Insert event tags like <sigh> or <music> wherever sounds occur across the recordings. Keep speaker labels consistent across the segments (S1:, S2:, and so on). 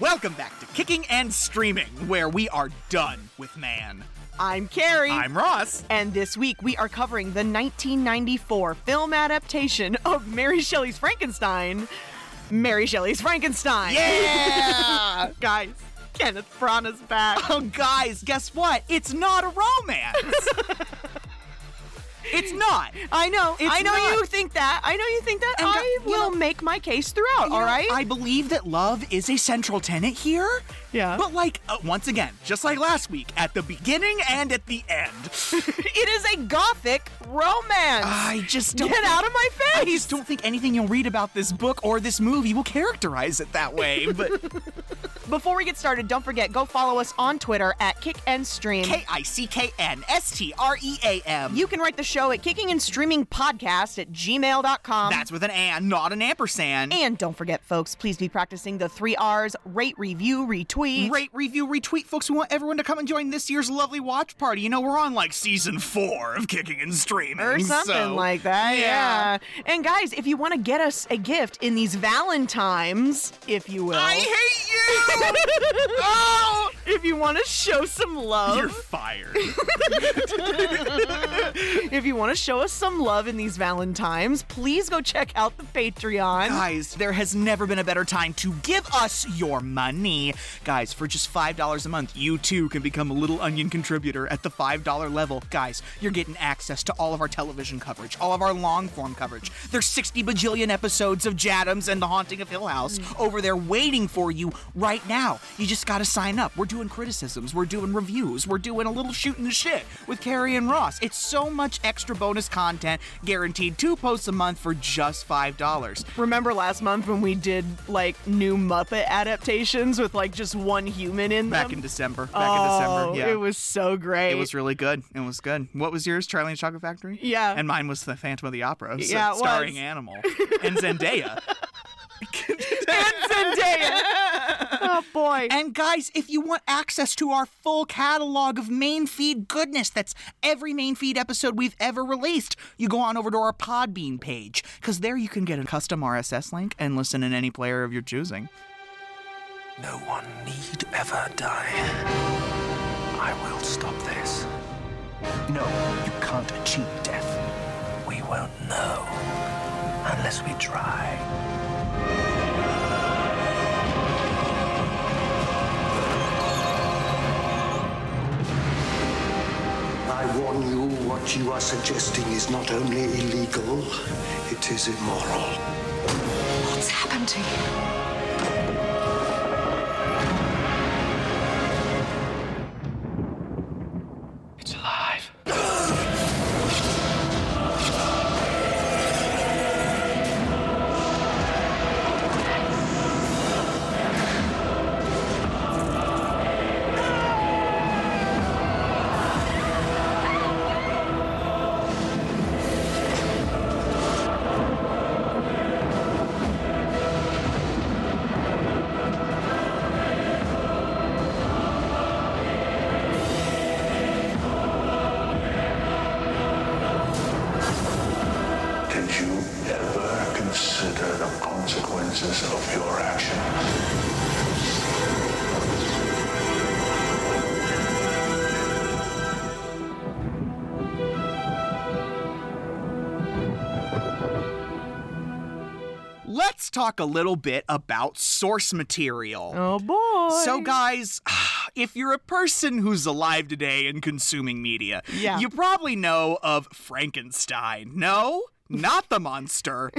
S1: Welcome back to Kicking and Streaming, where we are done with man.
S2: I'm Carrie.
S1: I'm Ross.
S2: <laughs> and this week we are covering the 1994 film adaptation of Mary Shelley's Frankenstein. Mary Shelley's Frankenstein.
S1: Yeah!
S2: Guys, Kenneth Branagh's <laughs> back.
S1: oh, guys, guess what? It's not a romance. it's not.
S2: I know.
S1: It's
S2: I know
S1: not-
S2: you think that. I know you think that.
S1: And
S2: I
S1: gu- you
S2: will
S1: know-
S2: make my case throughout, all right?
S1: I believe that love is a central tenet here.
S2: <laughs> Yeah.
S1: But, like, uh, once again, just like last week, at the beginning and at the end,
S2: it is a gothic romance.
S1: I just don't.
S2: Get out of my
S1: I
S2: face.
S1: just don't think anything you'll read about this book or this movie will characterize it that way.
S2: <laughs>
S1: But
S2: Before we get started, don't forget go follow us on Twitter at Kick and Stream.
S1: K I C K N S T R E A M.
S2: you can write the show at kicking and streaming podcast at gmail.com.
S1: That's with an and, not an ampersand.
S2: Um, and don't forget, folks, please be practicing the three R's rate, review, retweet.
S1: Rate, review, retweet, folks. We want everyone to come and join this year's lovely watch party. You know, we're on like season four of Kicking and Streaming.
S2: or something
S1: so-
S2: like that.
S1: yeah.
S2: Yeah. And guys, if you want to get us a gift in these Valentines, if you will,
S1: I hate you!
S2: <laughs>
S1: oh!
S2: if you want to show some love,
S1: You're fired. <laughs>
S2: if you want to show us some love in these Valentines, please go check out the Patreon.
S1: Guys, there has never been a better time to give us your money. Guys, for just $5 a month, you too can become a Little Onion contributor at the $5 level. Guys, you're getting access to all of our television coverage, all of our long form coverage. There's 60 bajillion episodes of Jadams and The Haunting of Hill House over there waiting for you right now. You just gotta sign up. We're doing criticisms, we're doing reviews, we're doing a little shooting the shit with Carrie and Ross. It's so much extra bonus content, guaranteed two posts a month for just $5.
S2: Remember last month when we did like new Muppet adaptations with like just one human in
S1: back in
S2: them?
S1: December. Back
S2: oh,
S1: in December, yeah.
S2: it was so great.
S1: Um, It was really good. It was good. What was yours, Charlie and the Chocolate Factory?
S2: Yeah.
S1: And mine was The Phantom of the Opera, so-
S2: Yeah, it was.
S1: starring Animal and Zendaya.
S2: Zendaya. <laughs> oh boy.
S1: <laughs> And guys, if you want access to our full catalog of main feed goodness, that's every main feed episode we've ever released, you go on over to our Podbean page, because there you can get a custom RSS link and listen in any player of your choosing.
S3: No one need ever die. I will stop this. No, you can't achieve death. We won't know unless we try.
S4: I warn you, what you are suggesting is not only illegal, it is immoral.
S5: What's happened to you?
S3: It's alive.
S6: Did you ever consider the consequences of your actions?
S1: Let's talk a little bit about source material.
S2: Oh boy.
S1: So, guys, <sighs> if you're a person who's alive today and consuming media,
S2: Yeah.
S1: you probably know of Frankenstein. No, not the
S2: <laughs>
S1: monster,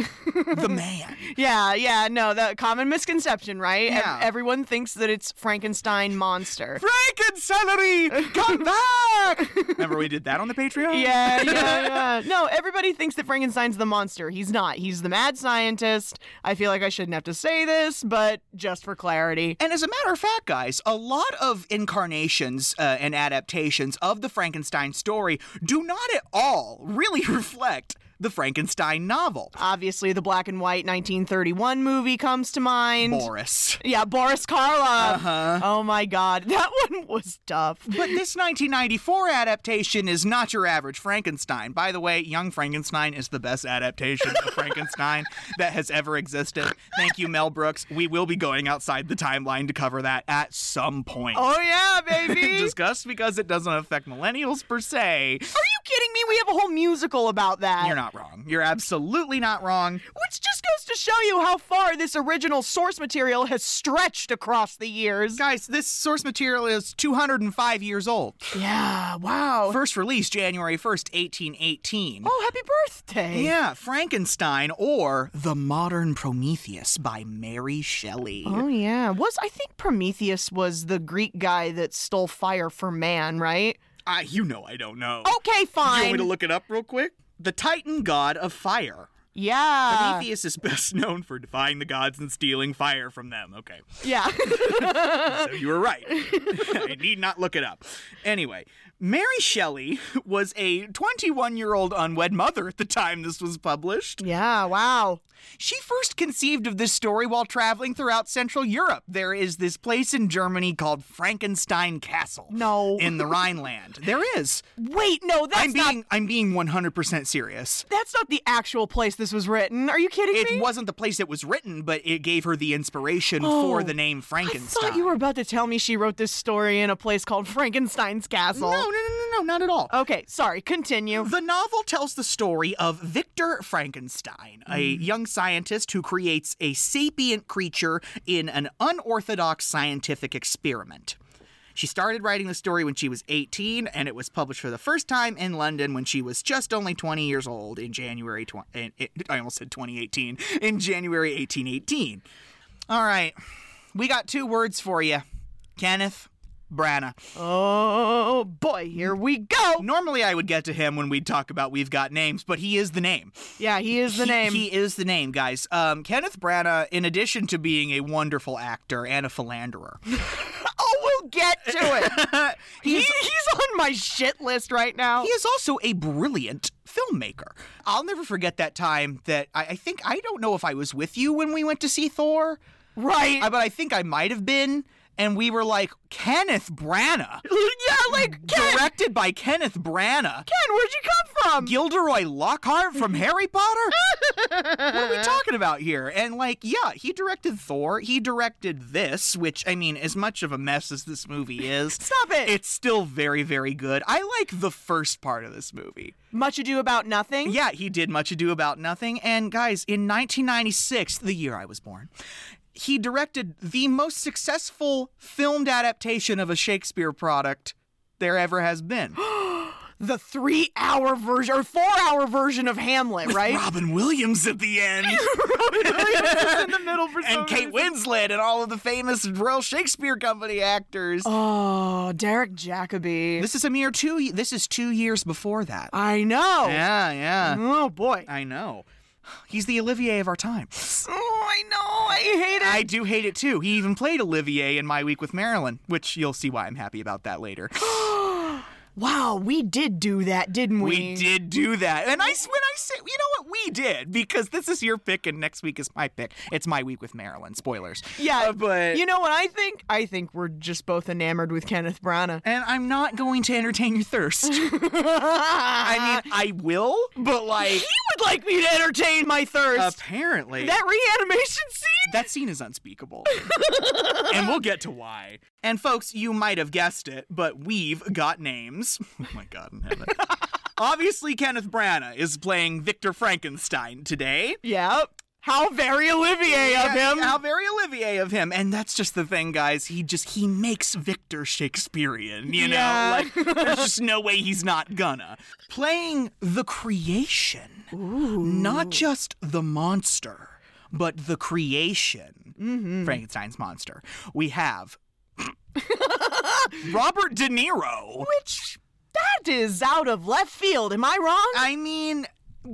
S1: the man.
S2: Yeah, yeah, no, the common misconception, right? Ev-
S1: Yeah.
S2: everyone thinks that it's Frankenstein monster.
S1: Frankencellery,
S2: <laughs>
S1: come back! Remember we did that on the Patreon?
S2: yeah, yeah, yeah. No, everybody thinks that Frankenstein's the monster. He's not. He's the mad scientist. I feel like I shouldn't have to say this, but just for clarity.
S1: And as a matter of fact, guys, a lot of incarnations uh, and adaptations of the Frankenstein story do not at all really <laughs> reflect the Frankenstein novel.
S2: Obviously, the black and white 1931 movie comes to mind.
S1: Boris.
S2: Yeah, Boris Karloff. Uh-huh. Oh my God, <laughs> that one was tough.
S1: But this 1994 adaptation is not your average Frankenstein. By the way, Young Frankenstein is the best adaptation of Frankenstein that has ever existed. Thank you, Mel Brooks. We will be going outside the timeline to cover that at some point.
S2: Oh yeah, <laughs> baby.
S1: Discussed because it doesn't affect millennials per se.
S2: Are you kidding me? We have a whole musical about that.
S1: You're not wrong. You're absolutely not wrong.
S2: Which just goes to show you how far this original source material has stretched across the years.
S1: Guys, this source material is 205 years old.
S2: Yeah, wow.
S1: First released January 1st, 1818.
S2: Oh, happy birthday.
S1: Yeah, Frankenstein or The Modern Prometheus by Mary Shelley.
S2: Oh yeah. Was I think Prometheus was the Greek guy that stole fire for man, right?
S1: Uh, you know I don't know.
S2: Okay, Oh, fine.
S1: You want me to look it up real quick? The Titan god of fire.
S2: Yeah.
S1: Prometheus is best <laughs> known for defying the gods and stealing fire from them. Okay.
S2: Yeah. <laughs>
S1: So you were right. <laughs> I need not look it up. Anyway, Mary Shelley <laughs> was a 21 year old unwed mother at the time this was published.
S2: yeah, wow.
S1: She first conceived of this story while traveling throughout Central Europe. There is this place in Germany called Frankenstein Castle.
S2: No.
S1: In the Rhineland. There is.
S2: Wait, no, <laughs> that's
S1: I'm
S2: not
S1: being I'm being 100% serious.
S2: that's not the actual place this was written. Are you kidding me?
S1: It wasn't the place it was written, but it gave her the inspiration for
S2: Oh,
S1: the name
S2: I
S1: Frankenstein.
S2: thought you were about to tell me she wrote this story in a place called Frankenstein's Castle.
S1: No, no, no, no, no, not at all.
S2: Okay,
S1: <laughs>
S2: sorry, continue.
S1: The novel tells the story of Victor Frankenstein, a young scientist who creates a sapient creature in an unorthodox scientific experiment. She started writing the story when she was 18, and it was published for the first time in London when she was just only 20 years old in January 20. in- in- I almost said 2018. In January 1818. All right, we got two words for you Kenneth Branagh.
S2: Oh boy, here we go.
S1: Normally, I would get to him when we talk about we've got names, but he is the name.
S2: Yeah, he is the
S1: He-
S2: name.
S1: He, is the name, guys. Um, Kenneth Branagh, in addition to being a wonderful actor and a philanderer,
S2: oh, we'll get to it.
S1: <laughs>
S2: he, he's on my shit list right now.
S1: he is also a brilliant filmmaker. I'll never forget that time that I, I think I don't know if I was with you when we went to see Thor,
S2: right.
S1: I- but I think I might have been. And we were like, Kenneth Branagh,
S2: yeah, <laughs> like Ken,
S1: directed by Kenneth Branagh,
S2: Ken, where'd you come from?
S1: Gilderoy Lockhart from Harry Potter. what are we talking about here? And like, yeah, he directed Thor. He directed this, which I mean, as much of a mess as this movie is,
S2: Stop it.
S1: It's still very, very good. I like the first part of this movie.
S2: Much ado about nothing.
S1: Yeah, he did Much Ado About Nothing. And guys, in 1996, the year I was born, he directed the most successful filmed adaptation of a Shakespeare product there ever has been.
S2: The three-hour version or four-hour version of Hamlet, right?
S1: Robin Williams at the end.
S2: <laughs> in the middle for
S1: <laughs>
S2: some
S1: and Kate
S2: reason.
S1: Winslet and all of the famous Royal Shakespeare Company actors.
S2: Oh, Derek Jacobi.
S1: This is a mere two. This is two years before that.
S2: I know.
S1: Oh. yeah, yeah.
S2: Oh boy.
S1: I know. <sighs> He's the Olivier of our time.
S2: oh, I know. I hate it.
S1: I do hate it too. He even played Olivier in My Week with Marilyn, which you'll see why I'm happy about that <gasps> later.
S2: wow, we did do that, didn't we?
S1: We did do that, and I s- when I say you know what we did because this is your pick and next week is my pick. It's My Week with Marilyn. Spoilers.
S2: Yeah,
S1: Uh, but
S2: you know what I think? I think we're just both enamored with Kenneth Branagh.
S1: and I'm not going to entertain your <laughs> thirst. <laughs> I mean, I will, but like
S2: He would like me to entertain my thirst.
S1: apparently
S2: that reanimation scene.
S1: Uh, That scene is unspeakable. <laughs> and we'll get to why. And folks, you might have guessed it, but we've got names. <laughs> Oh my god, in heaven. <laughs> Obviously, Kenneth Branagh is playing Victor Frankenstein today.
S2: Yep. How very Olivier of him.
S1: How very Olivier of him. And that's just the thing, guys. He just he makes Victor Shakespearean, you
S2: Yeah.
S1: know? Like
S2: <laughs>
S1: there's just no way he's not gonna. Playing the creation. Not just the monster, but the creation.
S2: Mm-hmm.
S1: Frankenstein's monster. We
S2: <laughs>
S1: have Robert De Niro.
S2: Which that is out of left field. Am I wrong?
S1: I mean,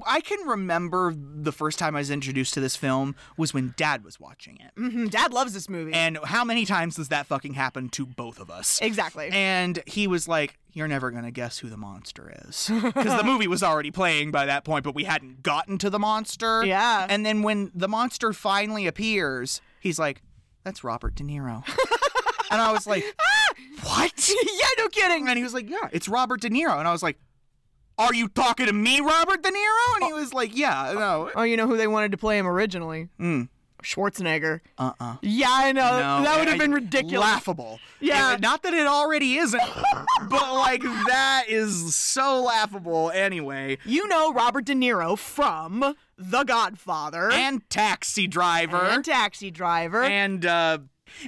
S1: I can remember the first time I was introduced to this film was when Dad was watching it.
S2: Mhm, Dad loves this movie.
S1: Mm-hmm. And how many times does that fucking happen to both of us?
S2: Exactly.
S1: And he was like, You're never going to guess who the monster is. Because the movie was already playing by that point, but we hadn't gotten to the monster.
S2: Yeah.
S1: And then when the monster finally appears, he's like, That's Robert De Niro. and I was like, What?
S2: <laughs> yeah, no kidding.
S1: And he was like, Yeah, it's Robert De Niro. And I was like, Are you talking to me, Robert De Niro? And he was like, Yeah, no.
S2: Oh, you know who they wanted to play him originally? Schwarzenegger.
S1: Uh uh
S2: Yeah, I know.
S1: Hmm. No,
S2: that would
S1: I-
S2: have been ridiculous.
S1: Laughable.
S2: Yeah.
S1: And not that it already isn't, <laughs> but like that is so laughable anyway.
S2: You know Robert De Niro from The Godfather
S1: And taxi driver.
S2: and Taxi Driver.
S1: And, uh,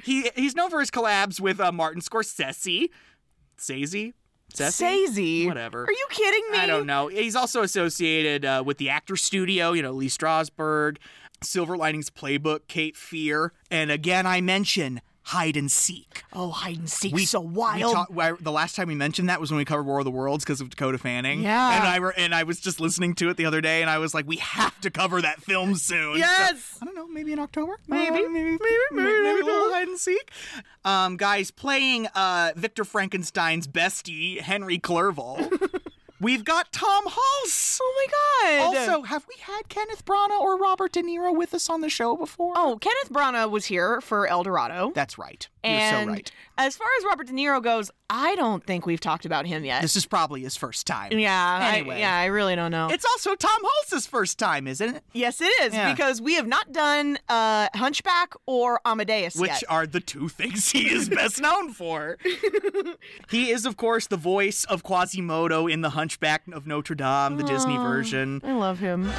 S1: he he's known for his collabs with uh, Martin Scorsese. Sazy?
S2: Sazy.
S1: Whatever.
S2: Are you kidding me?
S1: I don't know. He's also associated uh, with the Actor Studio, you know, Lee Strasberg, Silver Linings Playbook, Kate Fear, and again I mention Hide and Seek.
S2: Oh, hide and seek.
S1: We-
S2: so
S1: we
S2: wild.
S1: talked- I- the last time we mentioned that was when we covered War of the Worlds because of Dakota Fanning.
S2: Yeah.
S1: and I were, and I was just listening to it the other day, and I was like, we have to cover that film soon. So,
S2: Yes!
S1: I don't know, maybe in October,
S2: Maybe.
S1: Uh, maybe, maybe, maybe, maybe a little hide and seek. Um, guys, playing uh, Victor Frankenstein's bestie, Henry
S2: <laughs>
S1: Clerval. We've got Tom Hulse.
S2: oh my god.
S1: Also, have we had Kenneth Branagh or Robert De Niro with us on the show before?
S2: oh, Kenneth Branagh was here for El Dorado.
S1: that's right.
S2: and
S1: You're so right.
S2: as far as Robert De Niro goes, I don't think we've talked about him yet.
S1: This is probably his first time.
S2: yeah, I-
S1: Anyway.
S2: yeah, I really don't know.
S1: It's also Tom Hulse's first time, isn't it?
S2: yes, it is
S1: Yeah.
S2: because we have not done uh, Hunchback or Amadeus
S1: Which
S2: yet.
S1: are the two things he <laughs> is best known for. he is, of course, the voice of Quasimodo in The Hunchback of Notre Dame, the Disney version.
S2: I love him.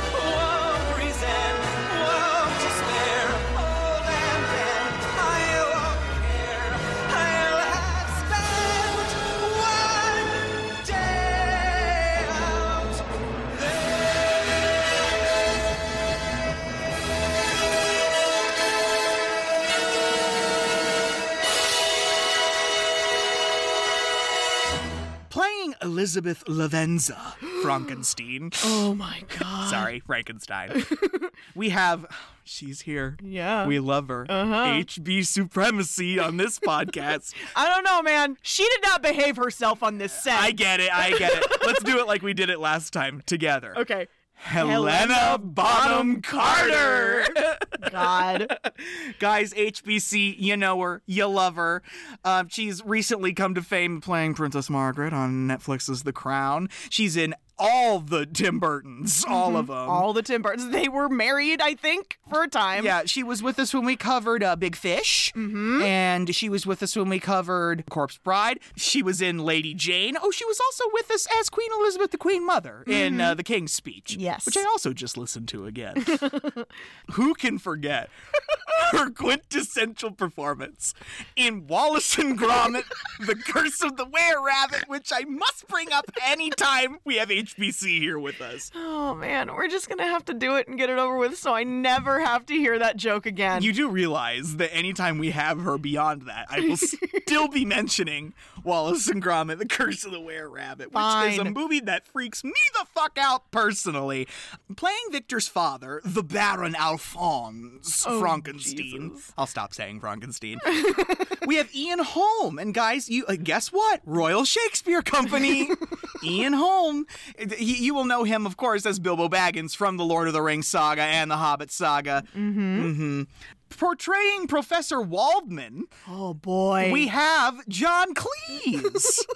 S1: Playing Elizabeth Lavenza,
S2: <gasps>
S1: Frankenstein.
S2: Oh my god.
S1: Sorry, Frankenstein. we have. She's here.
S2: Yeah.
S1: We love her. Uh-huh. HB supremacy on
S2: <laughs>
S1: this podcast.
S2: I don't know, man. She did not behave herself on this set.
S1: I get it. I get it. Let's do it like we did it last time together.
S2: okay.
S1: Helena
S2: Helena
S1: Bonham
S2: Bonham
S1: Carter.
S2: God.
S1: Guys, HBC, you know her, you love her. Um, she's recently come to fame playing Princess Margaret on Netflix's The Crown. She's in all the Tim Burtons, all of them.
S2: All the Tim Burtons. They were married, I think, for a time.
S1: yeah, she was with us when we covered uh, Big Fish, mm-hmm. and she was with us when we covered Corpse Bride. She was in Lady Jane. Oh, she was also with us as Queen Elizabeth, the Queen Mother, in uh, the King's Speech.
S2: Mm-hmm. Yes.
S1: which I also just listened to
S2: <laughs>
S1: again. Who can forget <laughs> her quintessential performance in Wallace and Gromit: The Curse of the Were Rabbit, which I must bring up anytime we have HBC here with us.
S2: Oh man, we're just gonna have to do it and get it over with, so I never have to hear that joke again.
S1: You do realize that anytime we have her beyond that, I will still be mentioning Wallace and Gromit, The Curse of the Were Rabbit, which is a
S2: Fine.
S1: movie that freaks me the fuck out personally. Playing Victor's father, the Baron Alphonse Frankenstein. I'll stop saying Frankenstein. we have Ian Holm, and guys, you uh, guess what? Royal Shakespeare Company. Ian Holm. Uh, he- you will know him, of course, as Bilbo Baggins from the Lord of the Rings saga and the Hobbit saga Mm-hmm. portraying Professor Waldman,
S2: oh boy,
S1: we have John Cleese.
S2: <laughs>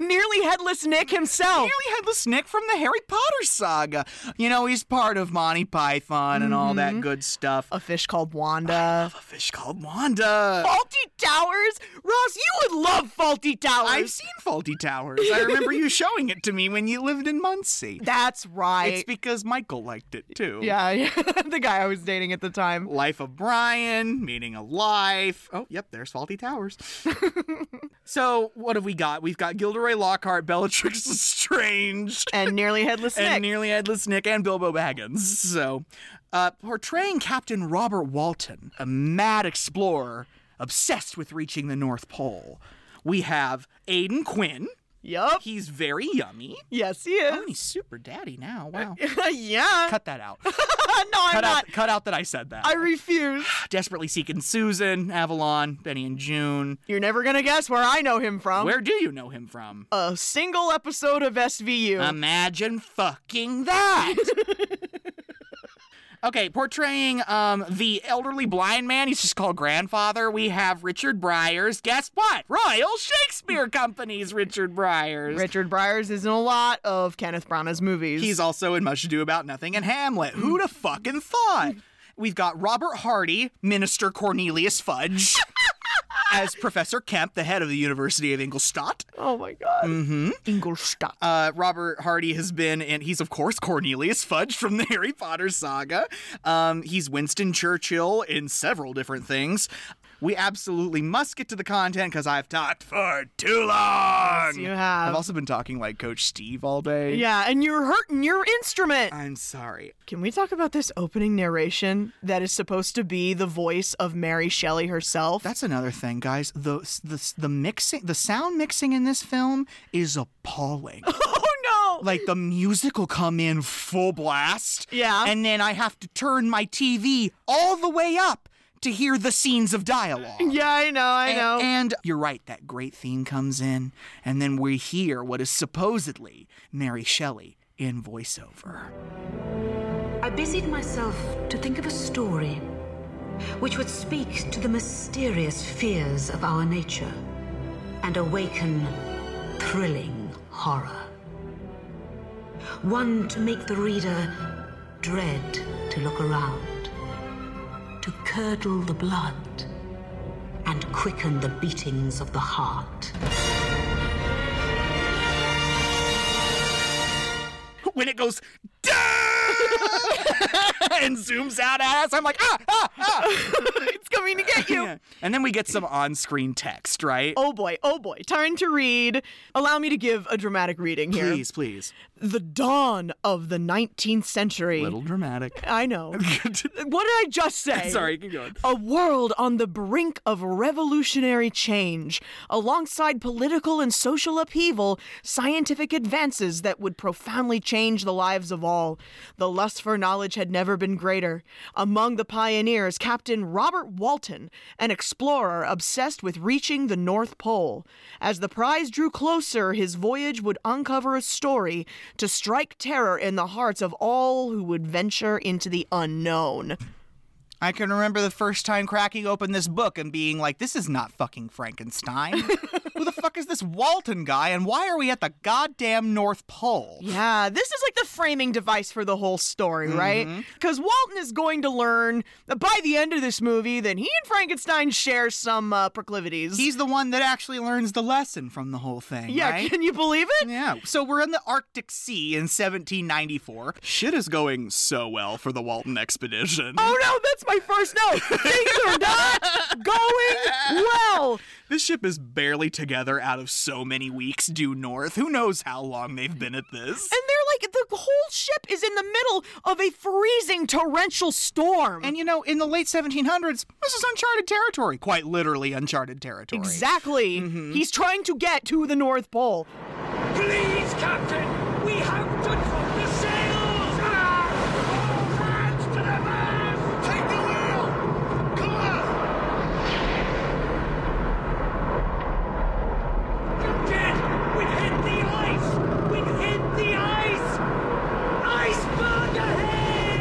S2: nearly headless Nick himself.
S1: Nearly headless Nick from the Harry Potter saga. You know, he's part of Monty Python and all that good stuff.
S2: A fish called Wanda.
S1: A fish called Wanda.
S2: Faulty Towers, Ross, you would love Faulty Towers.
S1: I've seen Faulty Towers. I remember you showing it to me when you lived in Muncie.
S2: That's
S1: It's
S2: right.
S1: because Michael liked it too.
S2: yeah, <laughs> yeah, the guy I was dating at the time.
S1: Life of Brian, meaning a life. Oh, yep, there's Faulty
S2: <laughs>
S1: Towers. so, what have we got? We've got Gilderoy Lockhart, Bellatrix <laughs> Lestrange,
S2: And nearly headless
S1: and
S2: Nick.
S1: nearly headless Nick and Bilbo Baggins. So, uh, portraying Captain Robert Walton, a mad explorer obsessed with reaching the North Pole, we have Aidan Quinn.
S2: Yup.
S1: He's very yummy.
S2: Yes, he
S1: Oh, and
S2: is.
S1: he's super daddy now. Wow.
S2: <laughs> yeah.
S1: Cut that out.
S2: <laughs> no, I'm
S1: Cut
S2: not.
S1: out, cut out that I said that.
S2: I refuse.
S1: Desperately seeking Susan, Avalon, Benny and June.
S2: You're never gonna guess where I know him from.
S1: Where do you know him from?
S2: A single episode of SVU.
S1: Imagine fucking
S2: <laughs>
S1: that. okay, portraying um the elderly blind man, he's just called grandfather. We have Richard Briers. Guess what? Royal Shakespeare Company's Richard Briers.
S2: Richard Briers is in a lot of Kenneth Branagh's movies.
S1: He's also in Much Ado About Nothing and Hamlet. Who'd have fucking thought? We've got Robert Hardy, Minister Cornelius Fudge, as Professor Kemp, the head of the University of Ingolstadt.
S2: oh my god. Mm-hmm. Ingolstadt.
S1: Uh, Robert Hardy has been, and he's of course Cornelius Fudge from the <laughs> Harry Potter saga. Um, he's Winston Churchill in several different things. We absolutely must get to the content because I've talked for too long.
S2: you have.
S1: I've also been talking like Coach Steve all day.
S2: yeah, and you're hurting your instrument.
S1: I'm sorry.
S2: Can we talk about this opening narration that is supposed to be the voice of Mary Shelley herself?
S1: That's another thing, guys. The the the mixing, the sound mixing in this film is
S2: <laughs>
S1: appalling.
S2: <laughs> oh no!
S1: like the music will come in full blast.
S2: Yeah.
S1: And then I have to turn my TV all the way up to hear the scenes of dialogue.
S2: yeah, I know, I
S1: A-
S2: know.
S1: And you're right, that great theme comes in, and then we hear what is supposedly Mary Shelley in voiceover.
S7: I busied myself to think of a story which would speak to the mysterious fears of our nature and awaken thrilling horror. One to make the reader dread to look around, to curdle the blood, and quicken the beatings of the heart.
S1: When it goes "Duh!" and zooms out at us, I'm like, ah, ah, <laughs> ah.
S2: it's coming to get you.
S1: Yeah. <laughs> And then we get some on screen text, right?
S2: Oh boy, oh boy. Time to read. Allow me to give a dramatic reading here.
S1: please, please.
S2: The dawn of the 19th century.
S1: little dramatic. <laughs>
S2: I know. what did I just say?
S1: Sorry, keep going.
S2: A world on the brink of revolutionary change. Alongside political and social upheaval, scientific advances that would profoundly change the lives of all. The lust for knowledge had never been greater. Among the pioneers, Captain Robert Walton, an explorer obsessed with reaching the North Pole. As the prize drew closer, his voyage would uncover a story to strike terror in the hearts of all who would venture into the unknown.
S1: I can remember the first time cracking open this book and being like, this is not fucking <laughs> Frankenstein. Who the fuck is this Walton guy and why are we at the goddamn North Pole?
S2: Yeah, this is like the framing device for the whole story,
S1: Mm-hmm.
S2: right? Because Walton is going to learn uh, by the end of this movie that he and Frankenstein share some uh, proclivities.
S1: He's the one that actually learns the lesson from the whole thing,
S2: yeah,
S1: right?
S2: can you believe it?
S1: Yeah. So we're in the Arctic Sea in 1794. Shit is going so well for the Walton expedition.
S2: Oh no, that's my first note. Things
S1: <laughs>
S2: are not going well.
S1: This ship is barely together out of so many weeks due north. Who knows how long they've been at this?
S2: And they're like, the whole ship is in the middle of a freezing torrential storm.
S1: And you know, in the late 1700s, this is uncharted territory. Quite literally uncharted territory.
S2: exactly.
S1: Mm-hmm.
S2: He's trying to get to the North Pole.
S8: Please, Captain, we have to drop the sails! Ah! All hands to the mast! Take the wheel! Come on! Captain, we've hit the ice! We've hit the ice! Iceberg ahead!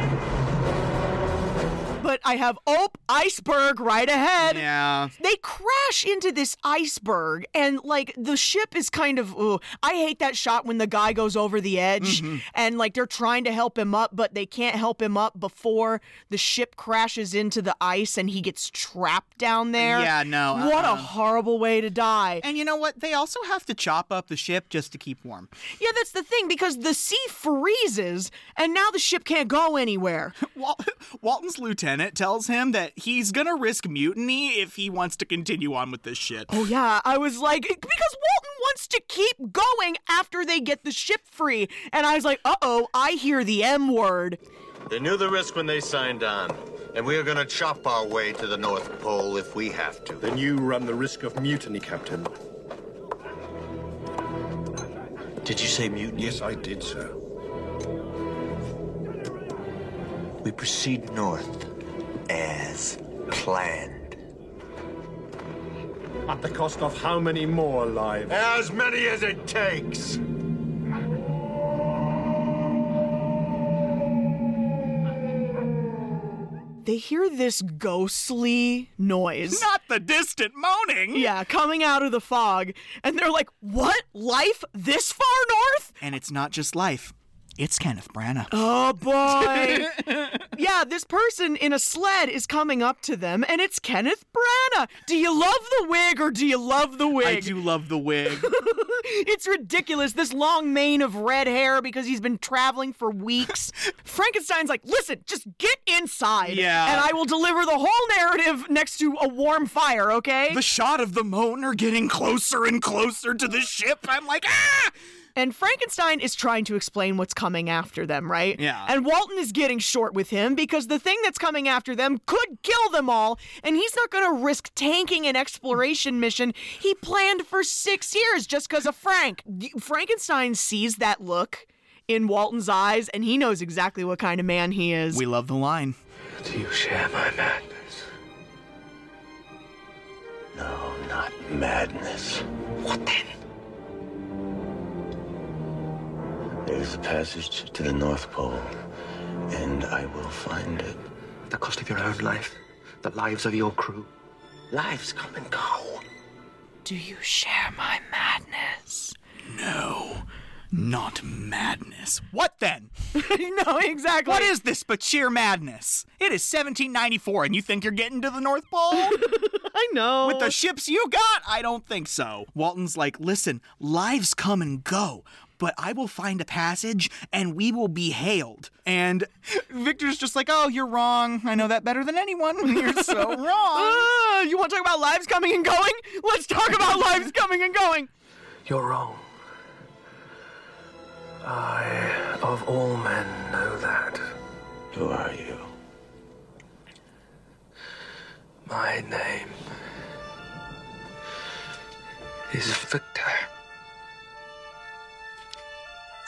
S2: But I have, oh, iceberg right ahead.
S1: Yeah.
S2: they crash into this iceberg and like the ship is kind of ooh, I hate that shot when the guy goes over the edge
S1: Mm-hmm.
S2: and like they're trying to help him up but they can't help him up before the ship crashes into the ice and he gets trapped down there.
S1: Uh, Yeah, no,
S2: What
S1: uh-uh.
S2: a horrible way to die.
S1: And you know what? They also have to chop up the ship just to keep warm. <laughs>
S2: yeah, that's the thing because the sea freezes and now the ship can't go anywhere.
S1: Wal- <laughs> Walton's lieutenant tells him that he's gonna risk mutiny if he wants to continue on with this shit.
S2: Oh yeah, I was like because Walton wants to keep going after they get the ship free, and I was like, uh oh, I hear the M word.
S9: They knew the risk when they signed on, and we are going to chop our way to the North Pole if we have to.
S10: Then you run the risk of mutiny, Captain. Did you say mutiny?
S6: Yes, I did, sir.
S10: We proceed north as planned.
S6: At the cost of how many more lives?
S9: As many as it takes!
S2: They hear this ghostly noise.
S1: Not the distant moaning!
S2: Yeah, coming out of the fog. And they're like, what? Life this far north?
S1: And it's not just life, it's Kenneth Branagh.
S2: Oh boy! yeah, this person in a sled is coming up to them, and it's Kenneth Branagh. Do you love the wig or do you love the wig? I
S1: do love the
S2: <laughs>
S1: wig.
S2: it's ridiculous. This long mane of red hair because he's been traveling for weeks. Frankenstein's like, listen, just get inside.
S1: Yeah.
S2: And I will deliver the whole narrative next to a warm fire, okay?
S1: The shot of the moaner getting closer and closer to the ship. I'm like, ah!
S2: And Frankenstein is trying to explain what's coming after them, right?
S1: Yeah.
S2: And Walton is getting short with him because the thing that's coming after them could kill them all, and he's not going to risk tanking an exploration mission he planned for six years just because of Frank. Frankenstein sees that look in Walton's eyes, and he knows exactly what kind of man he is.
S1: We love the line.
S6: Do you share my madness?
S10: No, not madness.
S5: What then?
S10: There's a passage to the North Pole, and I will find it.
S3: The cost of your own life, the lives of your crew.
S10: Lives come and go.
S5: Do you share my
S2: <laughs>
S5: madness?
S1: No, not madness. What then?
S2: no, exactly.
S1: What is this but sheer madness? It is 1794, and you think you're getting to the North Pole?
S2: I know.
S1: With the ships you got, I don't think so. Walton's like, listen, lives come and go but I will find a passage and we will be hailed. And Victor's just like, oh, you're wrong. I know that better than anyone. <laughs> You're so wrong.
S2: Uh, you want to talk about lives coming and going? Let's talk about lives coming and going.
S3: You're wrong. I, of all men, know that.
S10: Who are you?
S3: My name is Victor.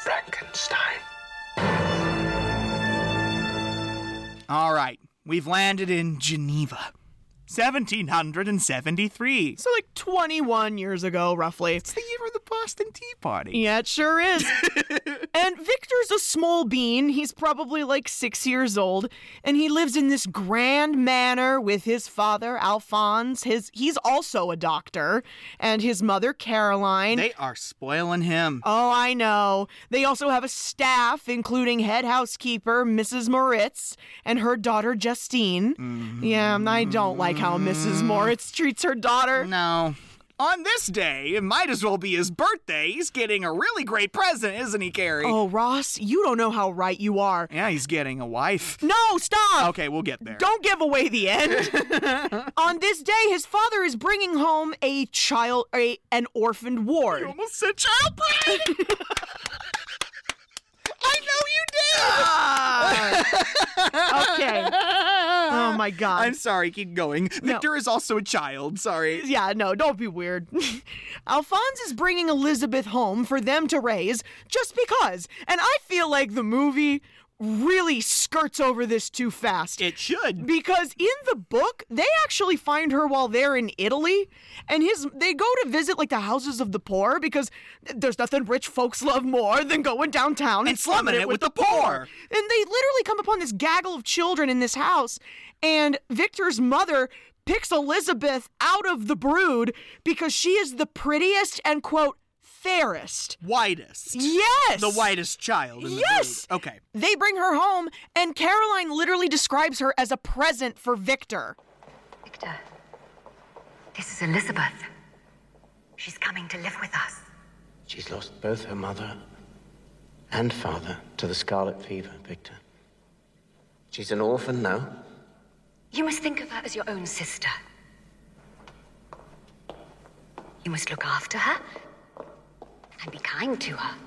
S3: Frankenstein.
S1: All right, we've landed in Geneva. 1773.
S2: So, like 21 years ago, roughly.
S1: It's the year of the Boston Tea Party.
S2: Yeah, it sure is. and Victor's a small bean. He's probably like six years old, and he lives in this grand manor with his father, Alphonse. His he's also a doctor, and his mother, Caroline.
S1: They are spoiling him.
S2: Oh, I know. They also have a staff, including head housekeeper Mrs. Moritz and her daughter Justine. Mm-hmm. Yeah, I don't like how Mrs. Moritz treats her daughter.
S1: No. On this day, it might as well be his birthday. He's getting a really great present, isn't he, Carrie?
S2: Oh, Ross, you don't know how right you are.
S1: Yeah, he's getting a wife.
S2: No, stop!
S1: Okay, we'll get there.
S2: Don't give away
S1: <laughs>
S2: the end. On this day, his father is bringing home a child, a, an orphaned
S1: <laughs>
S2: ward.
S1: You almost said child <laughs> bride! I Ah! know
S2: you do. Uh, okay. Oh my god.
S1: I'm sorry. Keep going.
S2: No.
S1: Victor is also a child. Sorry.
S2: Yeah. No. Don't be weird. <laughs> Alphonse is bringing Elizabeth home for them to raise, just because. And I feel like the movie really skirts over this too fast.
S1: It should.
S2: Because in the book, they actually find her while they're in Italy and his they go to visit like the houses of the poor because there's nothing rich folks love more than going downtown and,
S1: and slumming it, it with, with, the poor. poor.
S2: And they literally come upon this gaggle of children in this house and Victor's mother picks Elizabeth out of the brood because she is the prettiest and quote fairest,
S1: whitest.
S2: Yes.
S1: The whitest child. In the
S2: yes.
S1: Mood. Okay.
S2: They bring her home, and Caroline literally describes her as a present for Victor.
S5: Victor, this is Elizabeth. She's coming to live with us.
S10: She's lost both her mother and father to the scarlet fever, Victor. She's an orphan now.
S5: You must think of her as your own sister. You must look after her and be kind to her.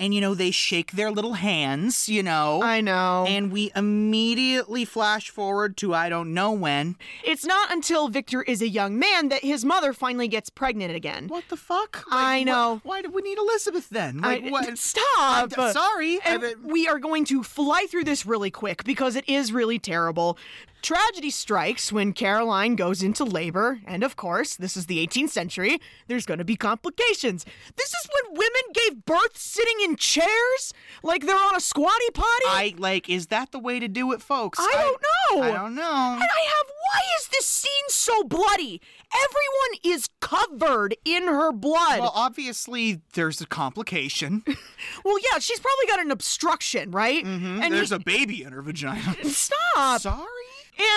S1: and you know they shake their little hands, you know.
S2: I know.
S1: And we immediately flash forward to I don't know when.
S2: It's not until Victor is a young man that his mother finally gets pregnant again.
S1: What the fuck?
S2: I
S1: Like,
S2: know.
S1: wh- why do we need Elizabeth then? Like
S2: I-
S1: what?
S2: Stop!
S1: I'm sorry.
S2: And
S1: I've-
S2: we are going to fly through this really quick because it is really terrible. Tragedy strikes when Caroline goes into labor, and of course, this is the 18th century, there's going to be complications. This is when women gave birth sitting in chairs? Like they're on a squatty potty?
S1: I like. Is that the way to do it, folks?
S2: I don't know.
S1: I don't know.
S2: And I have, why is this scene so bloody? Everyone is covered in her blood.
S1: Well,
S2: Well,
S1: obviously there's a
S2: <laughs>
S1: complication.
S2: yeah, she's probably got an obstruction, right? Mm-hmm. And
S1: there's
S2: he-
S1: a baby in her vagina.
S2: <laughs> stop.
S1: Sorry.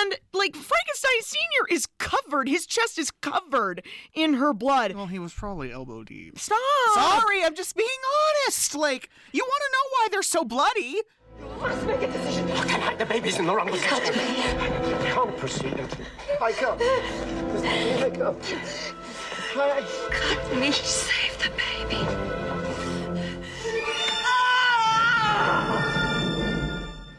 S2: And like Frankenstein Senior is covered, his chest is covered in her blood.
S1: Well, he was probably elbow deep.
S2: Stop.
S1: Sorry, I'm just being honest. Like, you want to know why they're so bloody?
S8: Must make a decision. I can't hide the babies in the wrong position. I can't proceed. I can't. I can't. I,
S5: God, me, save the baby.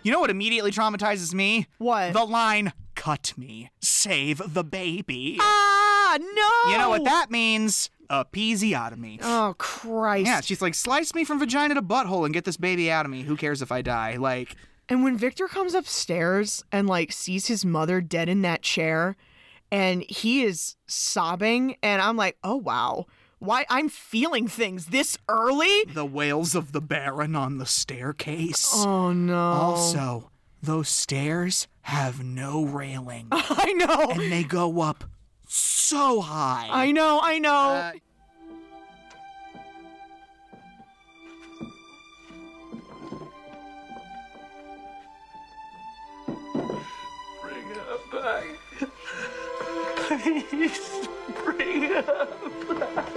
S1: You know what immediately traumatizes me?
S2: What?
S1: The line, cut me, save the baby.
S2: Ah, no.
S1: You know what that means? Episiotomy.
S2: Oh Christ.
S1: Yeah, she's like, slice me from vagina to butthole and get this baby out of me. Who cares if I die? Like,
S2: And when Victor comes upstairs and like sees his mother dead in that chair and he is sobbing and I'm like, "Oh wow. Why I'm feeling things this early?"
S1: the wails of the Baron on the staircase.
S2: Oh no.
S1: Also, those stairs have no railing,
S2: <laughs> I know.
S1: and they go up so high.
S2: I know, I know.
S1: Uh,
S8: Bring her back. Please bring her back.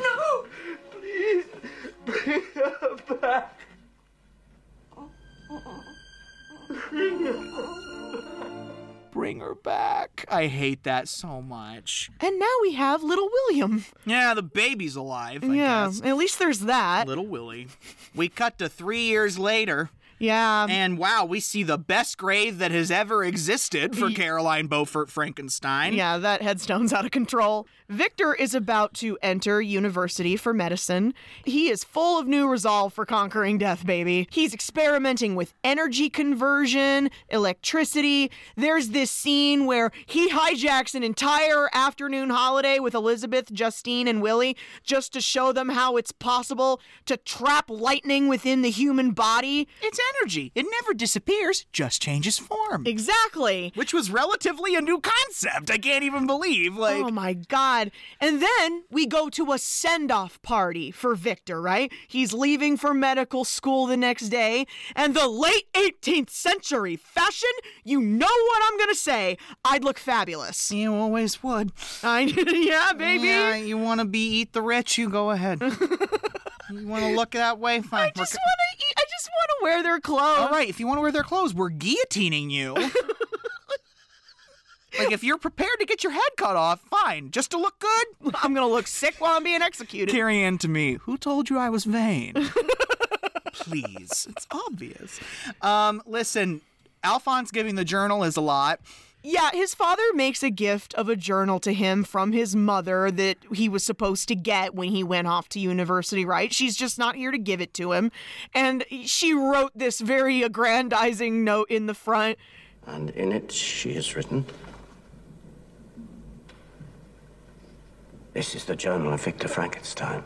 S8: No! Please bring her back. Bring her
S1: Bring her back. I hate that so much.
S2: and now we have little William.
S1: Yeah, the baby's alive, I
S2: yeah,
S1: guess.
S2: at least there's that.
S1: Little Willie. We cut to three years later,
S2: yeah.
S1: and wow, we see the best grave that has ever existed for Caroline Beaufort Frankenstein.
S2: Yeah, that headstone's out of control. Victor is about to enter university for medicine. He is full of new resolve for conquering death, baby. He's experimenting with energy conversion, electricity. There's this scene where he hijacks an entire afternoon holiday with Elizabeth, Justine, and Willie just to show them how it's possible to trap lightning within the human body.
S1: It's energy. It never disappears, just changes form.
S2: Exactly.
S1: Which was relatively a new concept. I can't even believe. Like,
S2: oh my god. And then we go to a send-off party for Victor, right? He's leaving for medical school the next day, and the late 18th century fashion, you know what I'm going to say. I'd look fabulous. <laughs>
S1: you always would.
S2: I yeah, baby.
S1: Yeah, you want to be eat the rich, you go
S2: <laughs>
S1: ahead. you want to look that way? Fine.
S2: I just want to I just want to wear their clothes.
S1: All right, if you want to wear their clothes, we're guillotining
S2: <laughs>
S1: you. like, if you're prepared to get your head cut off, fine. Just to look good,
S2: I'm going to look sick while I'm being executed.
S1: carry in to me. Who told you I was vain?
S2: <laughs>
S1: Please. It's obvious. Um, listen, Alphonse giving the journal is a lot.
S2: Yeah, his father makes a gift of a journal to him from his mother that he was supposed to get when he went off to university, right? She's just not here to give it to him. And she wrote this very aggrandizing note in the front.
S10: And in it she has written This is the journal of Victor Frankenstein.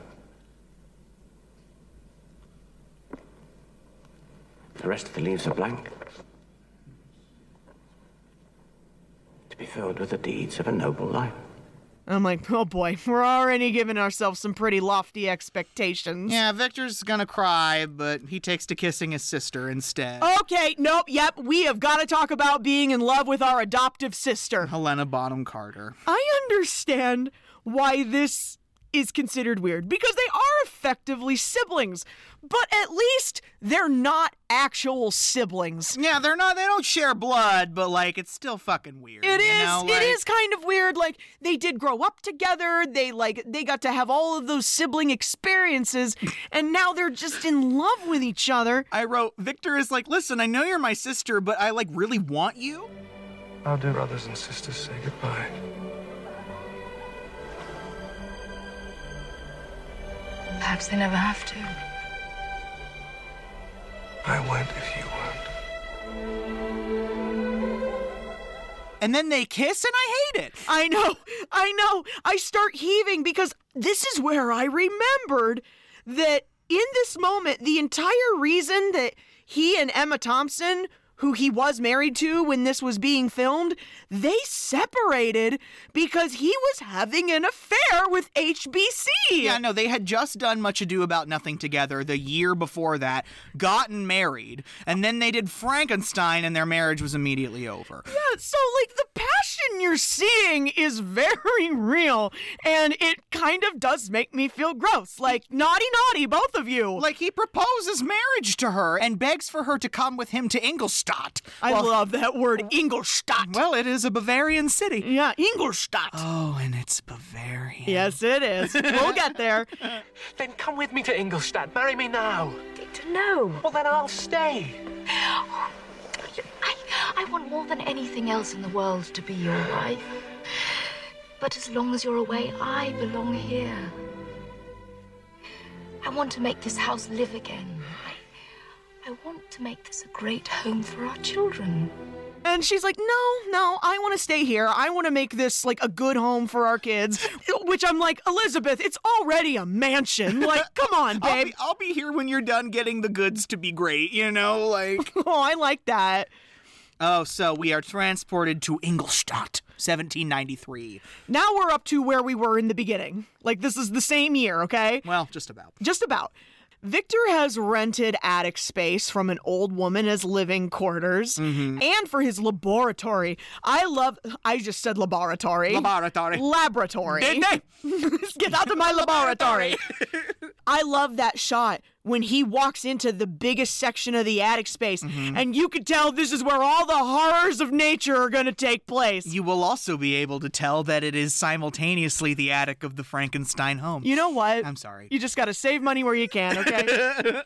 S10: The rest of the leaves are blank. To be filled with the deeds of a noble life.
S2: I'm like, oh boy, we're already giving ourselves some pretty lofty expectations.
S1: Yeah, Victor's gonna cry, but he takes to kissing his sister instead.
S2: Okay, nope, yep, we have got to talk about being in love with our adoptive sister.
S1: Helena Bonham Carter.
S2: I understand why this is considered weird because they are effectively siblings, but at least they're not actual siblings.
S1: Yeah, they're not. They don't share blood, but like it's still fucking weird.
S2: It
S1: you
S2: is.
S1: know, like-
S2: it is kind of weird. Like they did grow up together. They like they got to have all of those sibling experiences, and now they're just in love with each other.
S1: I wrote Victor is like, listen, I know you're my sister, but I like really want you.
S6: How do brothers and sisters say goodbye?
S11: Perhaps they never have to.
S6: I won't if you won't.
S1: And then they kiss, and I hate it.
S2: I know, I know. I start heaving because this is where I remembered that in this moment, the entire reason that he and Emma Thompson, who he was married to when this was being filmed, they separated because he was having an affair with HBC.
S1: Yeah, no, they had just done Much Ado About Nothing together the year before that, gotten married, and then they did Frankenstein, and their marriage was immediately over.
S2: Yeah, so like the passion you're seeing is very real, and it kind of does make me feel gross. Like, naughty, naughty, both of you.
S1: Like, he proposes marriage to her and begs for her to come with him to Ingolstadt.
S2: I love that word, Ingolstadt.
S1: Well, it is a Bavarian city.
S2: Yeah, Ingolstadt.
S1: Oh, and it's Bavarian.
S2: Yes, it is. We'll
S1: <laughs>
S2: get there.
S3: Then come with me to Ingolstadt. Marry me now.
S11: Victor, no.
S3: Well, then I'll stay.
S11: I, I want more than anything else in the world to be your wife. But as long as you're away, I belong here. I want to make this house live again. I, I want to make this a great home for our children.
S2: And she's like, no, no, I want to stay here. I want to make this like a good home for
S1: <laughs>
S2: our kids. Which I'm like, Elizabeth, it's already a mansion. Like, come on, babe.
S1: <laughs> I'll be, I'll be here when you're done getting the goods to be great, you know? Like.
S2: <laughs> oh, I like that.
S1: Oh, so we are transported to Ingolstadt, 1793.
S2: Now we're up to where we were in the beginning. Like, this is the same year, okay?
S1: Well, just about.
S2: Just about. Victor has rented attic space from an old woman as living quarters
S1: Mm-hmm.
S2: and for his laboratory. I love, I just said laboratory.
S1: Laboratory.
S2: Laboratory.
S1: Did
S2: <laughs> Get out of my laboratory. I love that shot when he walks into the biggest section of the attic space,
S1: Mm-hmm.
S2: and you could tell this is where all the horrors of nature are going to take place.
S1: You will also be able to tell that it is simultaneously the attic of the Frankenstein home.
S2: You know what?
S1: I'm sorry.
S2: You just got to save money where you can,
S1: <laughs>
S2: okay?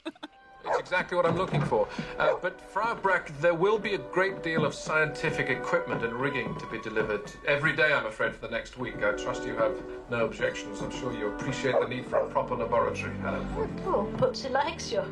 S12: That's exactly what I'm looking for. Uh, but, Frau Brack, there will be a great deal of scientific equipment and rigging to be delivered every day, I'm afraid, for the next week. I trust you have no objections. I'm sure you appreciate the need for a proper laboratory, Helen.
S11: Oh, but she likes you.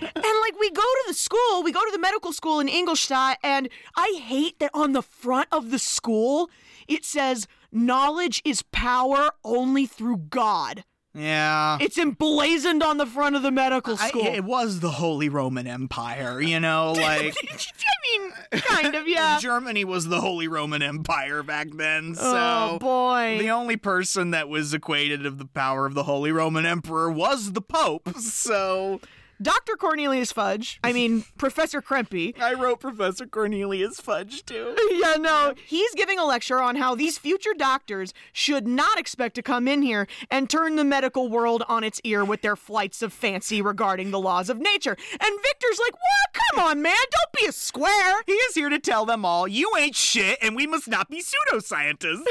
S2: and like we go to the school, we go to the medical school in Ingolstadt, and I hate that on the front of the school it says knowledge is power only through God.
S1: Yeah.
S2: It's emblazoned on the front of the medical
S1: I-
S2: school. <laughs>
S1: it was the Holy Roman Empire, you know, like
S2: I mean, kind of,
S1: <laughs>
S2: yeah.
S1: Germany was the Holy Roman Empire back then. So
S2: Oh, boy.
S1: the only person that was equated of the power of the Holy Roman Emperor was the Pope. <laughs> So
S2: Dr. Cornelius Fudge, I mean, Professor Krempe,
S1: I wrote Professor Cornelius Fudge too. <laughs>
S2: yeah, no. He's giving a lecture on how these future doctors should not expect to come in here and turn the medical world on its ear with their flights of fancy regarding the laws of nature. And Victor's like, what? Come on, man. Don't be a square.
S1: He is here to tell them all you ain't shit and we must not be pseudoscientists.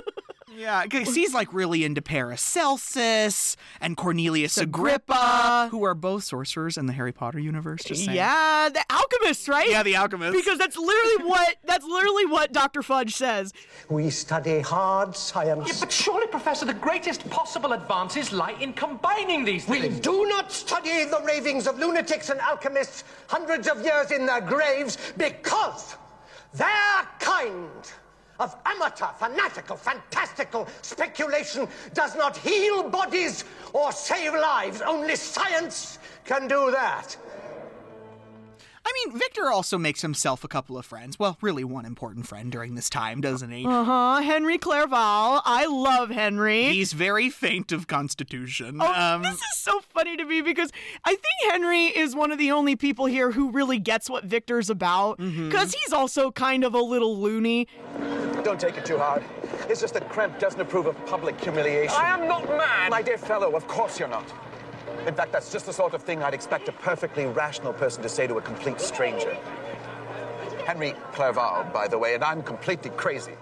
S2: <laughs>
S1: yeah, because he's like really into Paracelsus and Cornelius Agrippa, who are both sorcerers in the Harry Potter universe. Just saying.
S2: Yeah, the alchemist, right?
S1: Yeah, the alchemist.
S2: Because
S1: <laughs>
S2: that's literally what that's literally what Dr. Fudge says.
S4: We study hard science.
S3: Yeah, but surely, Professor, the greatest possible advances lie in combining these
S4: We
S3: things.
S4: do not study the ravings of lunatics and alchemists hundreds of years in their graves because their kind of amateur, fanatical, fantastical speculation does not heal bodies or save lives. Only science can do that.
S1: I mean, Victor also makes himself a couple of friends. Well, really, one important friend during this time, doesn't he?
S2: Uh huh. Henry Clerval. I love Henry.
S1: He's very faint of constitution. Um,
S2: Oh, this is so funny to me because I think Henry is one of the only people here who really gets what Victor's about because he's also kind of a little loony.
S13: Don't take it too hard. It's just that Kremp doesn't approve of public humiliation.
S8: I am not mad.
S13: My dear fellow, of course you're not. In fact, that's just the sort of thing I'd expect a perfectly rational person to say to a complete stranger. Henry Clerval, by the way, and I'm completely crazy.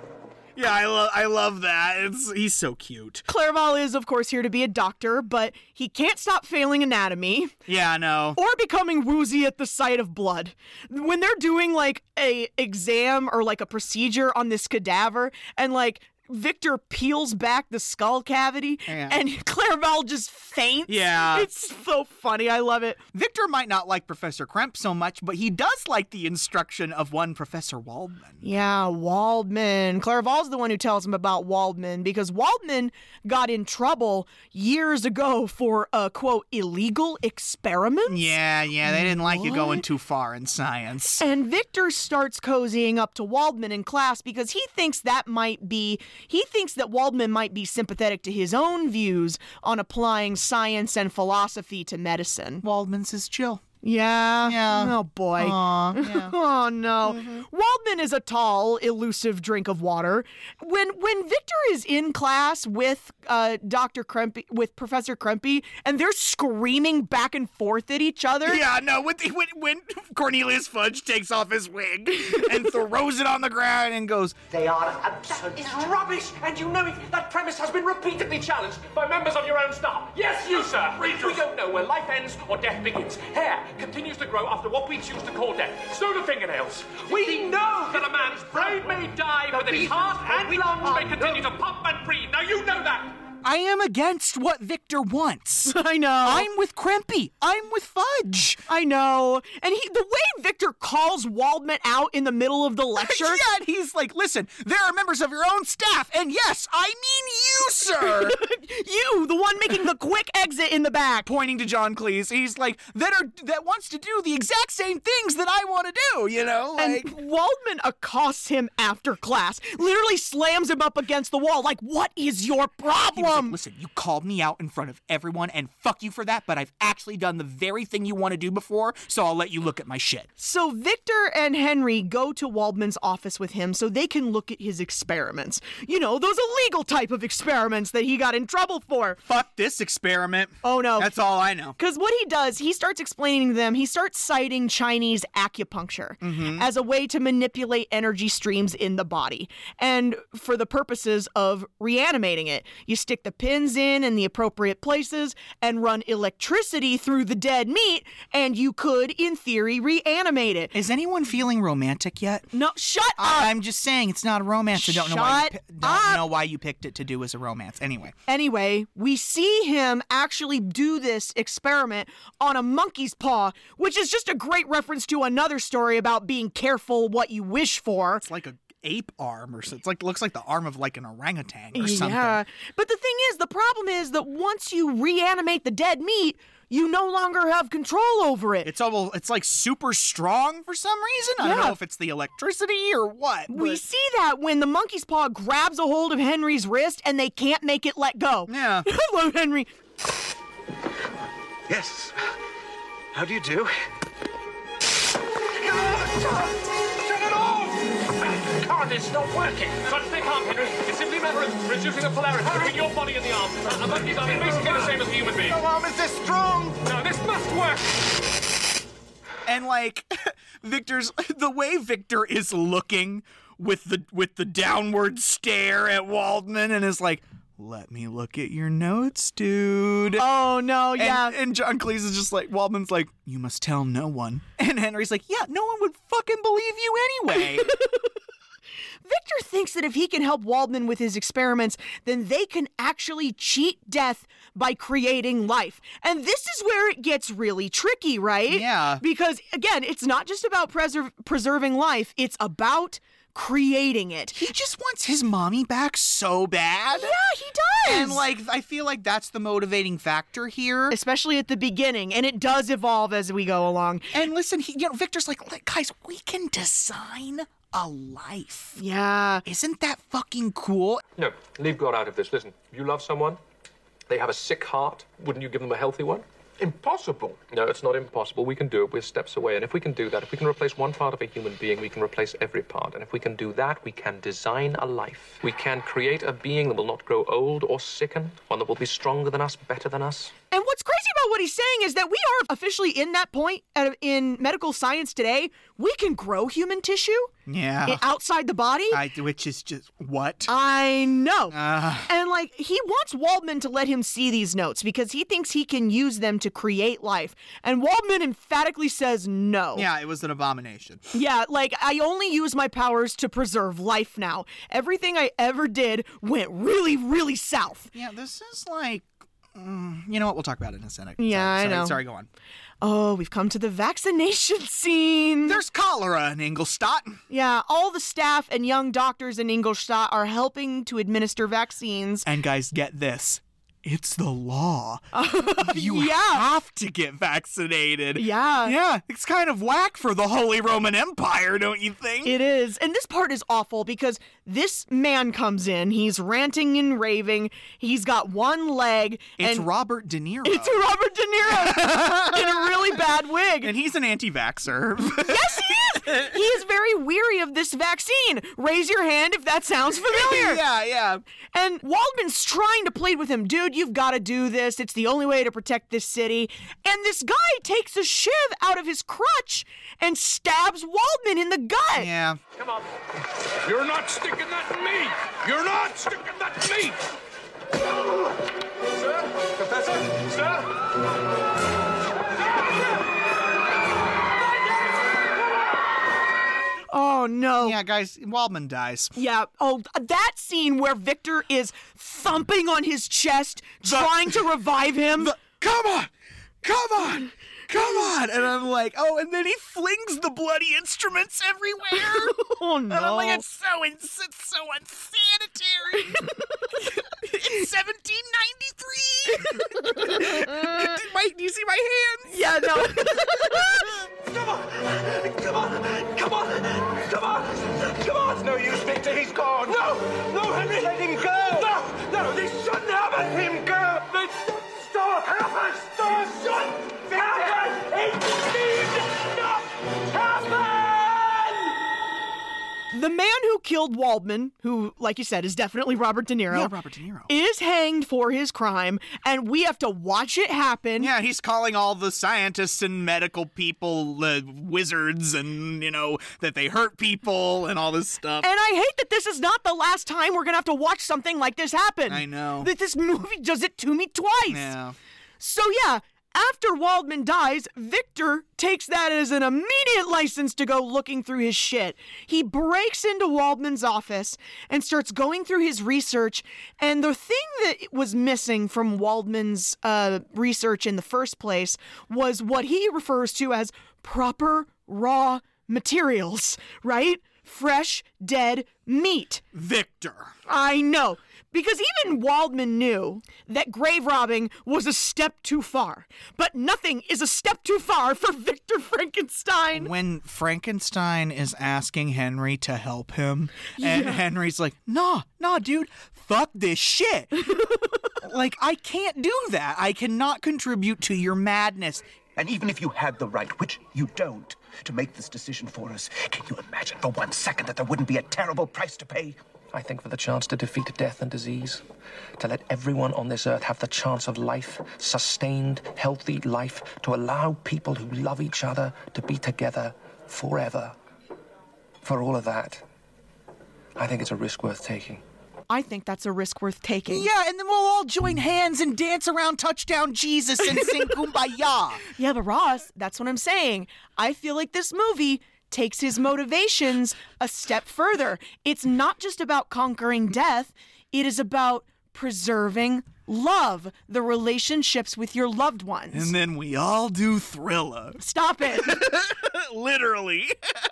S1: Yeah, I love I love that. It's he's so cute.
S2: Clerval is, of course, here to be a doctor, but he can't stop failing anatomy.
S1: Yeah, I know.
S2: Or becoming woozy at the sight of blood. When they're doing like a exam or like a procedure on this cadaver and like Victor peels back the skull cavity and <laughs> Clerval just faints.
S1: Yeah.
S2: It's so funny. I love it.
S1: Victor might not like Professor Kremp so much, but he does like the instruction of one Professor Waldman.
S2: Yeah, Waldman. Clerval's the one who tells him about Waldman because Waldman got in trouble years ago for uh, quote illegal experiments.
S1: Yeah, yeah, they didn't like you going too far in science.
S2: And Victor starts cozying up to Waldman in class because he thinks that might be, he thinks that Waldman might be sympathetic to his own views on applying science and philosophy to medicine.
S1: Waldman's his chill.
S2: Yeah. Yeah. Oh boy. <laughs>
S1: Aw, Mm-hmm.
S2: oh no. Waldman is a tall, elusive drink of water. When when Victor is in class with uh, Dr. Krempy, with Professor Krempy, and they're screaming back and forth at each other.
S1: Yeah, no. When, they- when, when Cornelius Fudge takes off his wig and throws it on the ground and goes,
S4: "They are
S8: That is rubbish, and you know it. That premise has been repeatedly challenged by members of your own staff. Yes, you, sir. We don't know where life ends or death begins. Hair continues to grow after what we choose to call death. So do fingernails. We know that a man's brain may die, but that his heart and lungs may continue to pump and breathe. Now you know that.
S1: I am against what Victor wants.
S2: <laughs> I know.
S1: I'm with Krempy. I'm with Fudge.
S2: I know. And he, the way Victor calls Waldman out in the middle
S1: <laughs>
S2: of the lecture.
S1: yeah, and he's like, listen, there are members of your own staff, and yes, I mean you, <laughs> sir.
S2: <laughs> you, the one making the quick exit in the back.
S1: Pointing to John Cleese, he's like, that are that wants to do the exact same things that I want to do, you know? Like
S2: and Waldman accosts him after class, literally slams him up against the wall, like, What is your
S1: He was like,
S2: problem?
S1: Listen, you called me out in front of everyone, and fuck you for that. But I've actually done the very thing you want to do before, so I'll let you look at my shit.
S2: So Victor and Henry go to Waldman's office with him so they can look at his experiments. You know, those illegal type of experiments that he got in trouble for.
S1: Fuck this experiment.
S2: Oh no.
S1: That's all I know.
S2: Because what he does, he starts explaining to them, he starts citing Chinese acupuncture as a way to manipulate energy streams in the body and for the purposes of reanimating it. You stick the pins in in the appropriate places and run electricity through the dead meat, and you could, in theory, reanimate it.
S1: Is anyone feeling romantic yet?
S2: No, shut up!
S1: I, I'm just saying it's not a romance. I don't know why. You
S2: Shut
S1: pi- don't know why you picked it to do as a romance. Anyway,
S2: Anyway, we see him actually do this experiment on a monkey's paw, which is just a great reference to another story about being careful what you wish for.
S1: it's like a ape arm or so. It's like looks like the arm of like an orangutan or something.
S2: Yeah. But the thing is, the problem is that once you reanimate the dead meat, you no longer have control over it.
S1: It's almost it's like super strong for some reason. I don't
S2: Yeah.
S1: know if it's the electricity or what.
S2: we
S1: but-
S2: see that when the monkey's paw grabs a hold of Henry's wrist and they can't make it let go.
S1: Yeah.
S2: <laughs> Hello, Henry.
S3: Yes. How do you do?
S8: Turn it off! God, it's not working. Touch the arm, Henry. It's simply a matter of reducing the polarity between your body and the arm. A monkey's arm is basically the same as a human being.
S3: No arm is this strong.
S8: Now, this must work.
S1: and like <laughs> Victor's <laughs> the way Victor is looking with the with the downward stare at Waldman and is like, "Let me look at your notes, dude."
S2: Oh, no,
S1: And-
S2: yeah.
S1: And, John Cleese is just like, Waldman's like, "You must tell no one." <laughs> And Henry's like, "Yeah, no one would fucking believe you anyway."
S2: <laughs> Victor thinks that if he can help Waldman with his experiments, then they can actually cheat death by creating life. And this is where it gets really tricky, right?
S1: Yeah.
S2: Because, again, it's not just about preser- preserving life, it's about creating it.
S1: He just wants his mommy back so bad.
S2: Yeah, he does.
S1: And like I feel like that's the motivating factor here,
S2: especially at the beginning, and it does evolve as we go along.
S1: And listen, he, you know, Victor's like, "Look, guys, we can design a life.
S2: Yeah.
S1: Isn't that fucking cool?
S12: No, leave God out of this. Listen, you love someone, they have a sick heart, wouldn't you give them a healthy one? Impossible. No, it's not impossible. We can do it. We're steps away. And if we can do that, if we can replace one part of a human being, we can replace every part. And if we can do that, we can design a life. We can create a being that will not grow old or sicken, one that will be stronger than us, better than us.
S2: And what's crazy about what he's saying is that we are officially in that point uh, in medical science today. We can grow human tissue.
S1: Yeah.
S2: i- outside the body.
S1: I, which is just what?
S2: Oh. I know.
S1: Ah.
S2: and like he wants Waldman to let him see these notes because he thinks he can use them to create life. And Waldman emphatically says no.
S1: yeah, it was an abomination.
S2: Yeah, like I only use my powers to preserve life now. Everything I ever did went really, really south.
S1: Yeah, this is like, mm, you know what? We'll talk about it in a second.
S2: Yeah,
S1: sorry,
S2: I know.
S1: Sorry, go on.
S2: Oh, we've come to the vaccination <laughs> scene.
S1: There's cholera in Ingolstadt.
S2: Yeah, all the staff and young doctors in Ingolstadt are helping to administer vaccines.
S1: And guys, get this. It's the
S2: <laughs>
S1: law. you
S2: Oh, yeah.
S1: have to get vaccinated.
S2: Yeah.
S1: Yeah, it's kind of whack for the Holy Roman Empire, don't you think?
S2: It is. And this part is awful because this man comes in, he's ranting and raving, he's got one leg.
S1: It's
S2: and
S1: Robert De Niro.
S2: It's Robert De
S1: <laughs>
S2: Niro in a really bad wig.
S1: and he's an anti-vaxxer. <laughs>
S2: <laughs> Yes, he is. He is very weary of this vaccine. Raise your hand if
S1: <laughs>
S2: that sounds familiar.
S1: yeah, yeah.
S2: And Waldman's trying to plead with him, dude, you've got to do this. It's the only way to protect this city. And this guy takes a shiv out of his crutch and stabs Waldman in the gut.
S1: Yeah.
S8: Come on. You're not sticking that in me! You're not sticking that in me! Sir? Professor? Sir?
S2: Oh, no.
S1: Yeah, guys, Waldman dies.
S2: Yeah. Oh, that scene where Victor is thumping on his chest, trying to revive him.
S1: Come on! Come
S2: <laughs>
S1: on! Come on! And I'm like, oh, and then he flings the bloody instruments
S2: <laughs>
S1: everywhere.
S2: oh no!
S1: And I'm like, it's so, ins- it's so unsanitary. <laughs> it's 1793. <laughs> my, do you see my hands?
S2: yeah,
S1: <laughs>
S2: no.
S8: Come on! Come on! Come on! Come on! Come on!
S3: No use, Victor. He's gone.
S8: No! No, Henry!
S3: Let him go.
S8: No! No, they shouldn't have let him go! They... Stop! Happen! Stop! Shut! Happen! It need not happen!
S2: the man who killed Waldman, who, like you said, is definitely Robert De Niro.
S1: Yeah, Robert De Niro.
S2: Is hanged for his crime, and we have to watch it happen.
S1: Yeah, he's calling all the scientists and medical people uh, wizards and, you know, that they hurt people and all this stuff.
S2: And I hate that this is not the last time we're gonna have to watch something like this happen.
S1: I know.
S2: That this movie does it to me twice.
S1: yeah.
S2: So, yeah, after Waldman dies, Victor takes that as an immediate license to go looking through his shit. He breaks into Waldman's office and starts going through his research. And the thing that was missing from Waldman's uh, research in the first place was what he refers to as proper raw materials, right? Fresh, dead meat.
S1: Victor.
S2: I know. Because even Waldman knew that grave robbing was a step too far. But nothing is a step too far for <laughs> Victor Frankenstein.
S1: when Frankenstein is asking Henry to help him, and
S2: Yeah.
S1: Henry's like, nah, nah, dude, fuck this shit. like, I can't do that. I cannot contribute to your madness.
S13: And even if you had the right, which you don't, to make this decision for us, can you imagine for one second that there wouldn't be a terrible price to pay?
S12: I think for the chance to defeat death and disease, to let everyone on this earth have the chance of life, sustained, healthy life, to allow people who love each other to be together forever. For all of that, I think it's a risk worth taking.
S2: I think that's a risk worth taking.
S1: Yeah, and then we'll all join hands and dance around touchdown Jesus and sing kumbaya.
S2: Yeah, but Ross, that's what I'm saying. I feel like this movie takes his motivations a step further. It's not just about conquering death, it is about preserving love, the relationships with your loved ones.
S1: And then we all do
S2: <laughs>
S1: Thriller.
S2: Stop it.
S1: Literally. <laughs>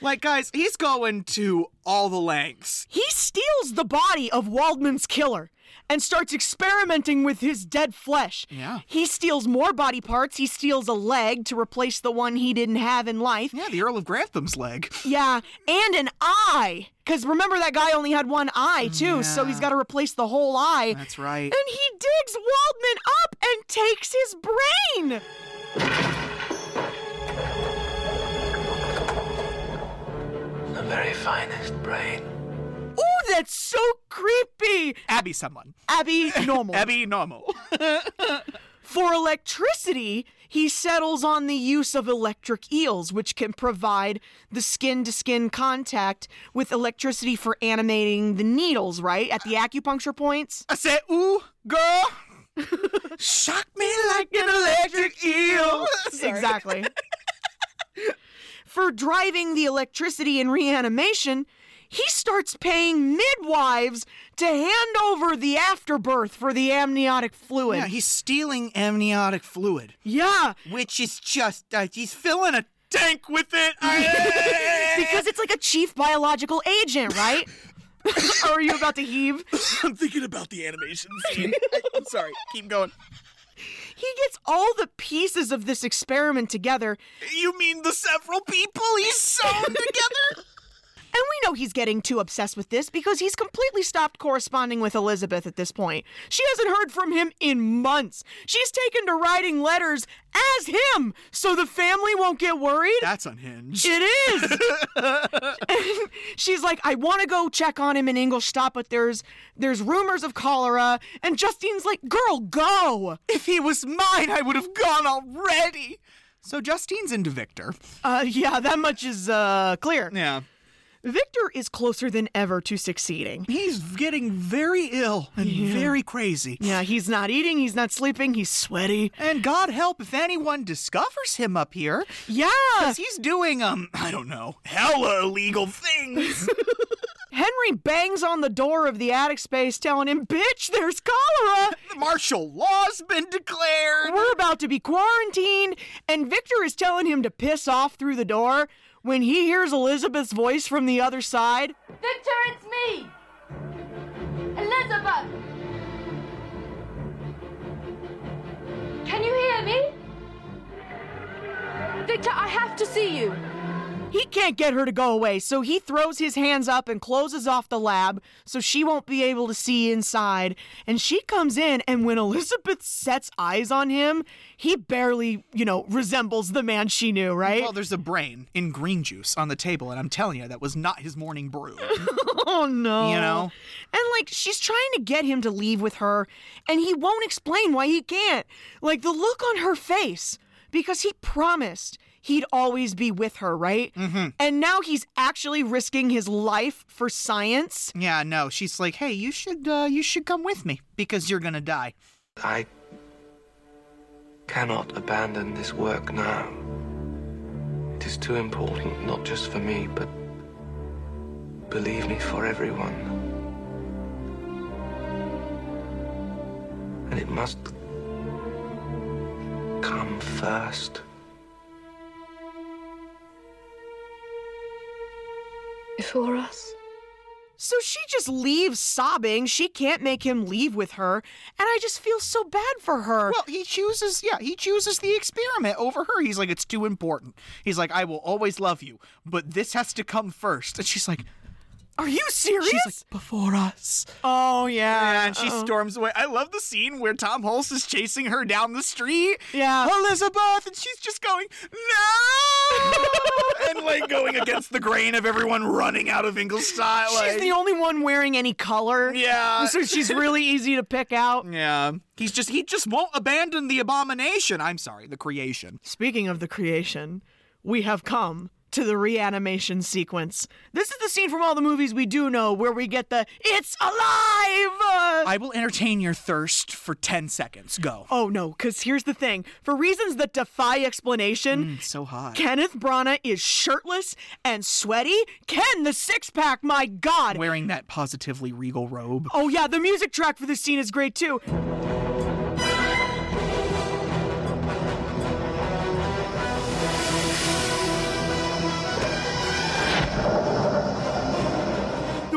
S1: Like, guys, he's going to all the lengths.
S2: He steals the body of Waldman's killer and starts experimenting with his dead flesh.
S1: Yeah.
S2: He steals more body parts. He steals a leg to replace the one he didn't have in life.
S1: Yeah, the Earl of Grantham's leg.
S2: Yeah, and an eye. Because remember, that guy only had one eye, too, so he's got to replace the whole eye.
S1: That's right.
S2: And he digs Waldman up and takes his brain.
S3: The very finest brain.
S2: Ooh, that's so creepy.
S1: Abby, someone.
S2: Abby
S1: <laughs>
S2: Normal.
S1: Abby Normal.
S2: For electricity, he settles on the use of electric eels, which can provide the skin to skin contact with electricity for animating the needles, right? At the acupuncture points.
S1: I say, ooh, girl. Shock me like an electric eel. <laughs> Sorry.
S2: Exactly. For driving the electricity in reanimation, he starts paying midwives to hand over the afterbirth for the amniotic fluid.
S1: Yeah, he's stealing amniotic fluid,
S2: Yeah,
S1: which is just, uh, he's filling a tank with <laughs> it. I- <laughs>
S2: because it's like a chief biological agent, right? <laughs> Or are you about to heave?
S1: I'm thinking about the <laughs> animation scene. I'm sorry, keep going.
S2: He gets all the pieces of this experiment together,
S1: You mean the several people he's sewn together?
S2: and we know he's getting too obsessed with this because he's completely stopped corresponding with Elizabeth at this point. She hasn't heard from him in months. She's taken to writing letters as him so the family won't get worried.
S1: That's unhinged.
S2: It is. And <laughs> she's like, I want to go check on him in Ingolstadt, but there's there's rumors of cholera. And Justine's like, girl, go.
S1: If he was mine, I would have gone already. So Justine's into Victor.
S2: Uh, yeah, that much is uh, clear.
S1: Yeah.
S2: Victor is closer than ever to succeeding.
S1: He's getting very ill and very crazy.
S2: Yeah, he's not eating, he's not sleeping, he's sweaty.
S1: And God help if anyone discovers him up here.
S2: Yeah.
S1: 'cause he's doing, um, I don't know, hella illegal things.
S2: Henry bangs on the door of the attic space telling him, Bitch, there's cholera.
S1: Martial law's been declared.
S2: We're about to be quarantined. And Victor is telling him to piss off through the door when he hears Elizabeth's voice from the other side.
S14: Victor, it's me! Elizabeth! Can you hear me? Victor, I have to see you.
S2: He can't get her to go away, so he throws his hands up and closes off the lab so she won't be able to see inside. And she comes in, and when Elizabeth sets eyes on him, he barely, you know, resembles the man she knew, right?
S1: Well, there's a brain in green juice on the table, and I'm telling you, that was not his morning brew.
S2: oh no.
S1: You know?
S2: And like she's trying to get him to leave with her, and he won't explain why he can't. Like the look on her face, because he promised he'd always be with her, right? Mm-hmm. And now he's actually risking his life for science.
S1: yeah, no, she's like, hey, you should, uh, you should come with me because you're gonna die.
S6: I cannot abandon this work now. It is too important, not just for me, but believe me, for everyone. And it must come first.
S11: Before us?
S2: So she just leaves sobbing. She can't make him leave with her. And I just feel so bad for her.
S1: Well, he chooses, yeah, he chooses the experiment over her. He's like, it's too important. He's like, I will always love you, but this has to come first. And she's like,
S2: Are you serious?
S1: she's like, before us.
S2: oh, yeah.
S1: And she
S2: Uh-oh.
S1: storms away. I love the scene where Tom Hulse is chasing her down the street.
S2: Yeah.
S1: Elizabeth, and she's just going, <laughs> no! and like going against the grain of everyone running out of Ingolstadt.
S2: She's the only one wearing any color.
S1: Yeah.
S2: So she's really easy to pick out.
S1: yeah. He's just he just won't abandon the abomination. I'm sorry, the creation.
S2: Speaking of the creation, we have come to the reanimation sequence. This is the scene from all the movies we do know where we get the it's alive. uh,
S1: I will entertain your thirst for 10 seconds. Go.
S2: oh no, because here's the thing. For reasons that defy explanation,
S1: Mm, So hot.
S2: Kenneth Branagh is shirtless and sweaty. Ken the six pack, my god.
S1: Wearing that positively regal robe.
S2: Oh yeah, the music track for this scene is great too.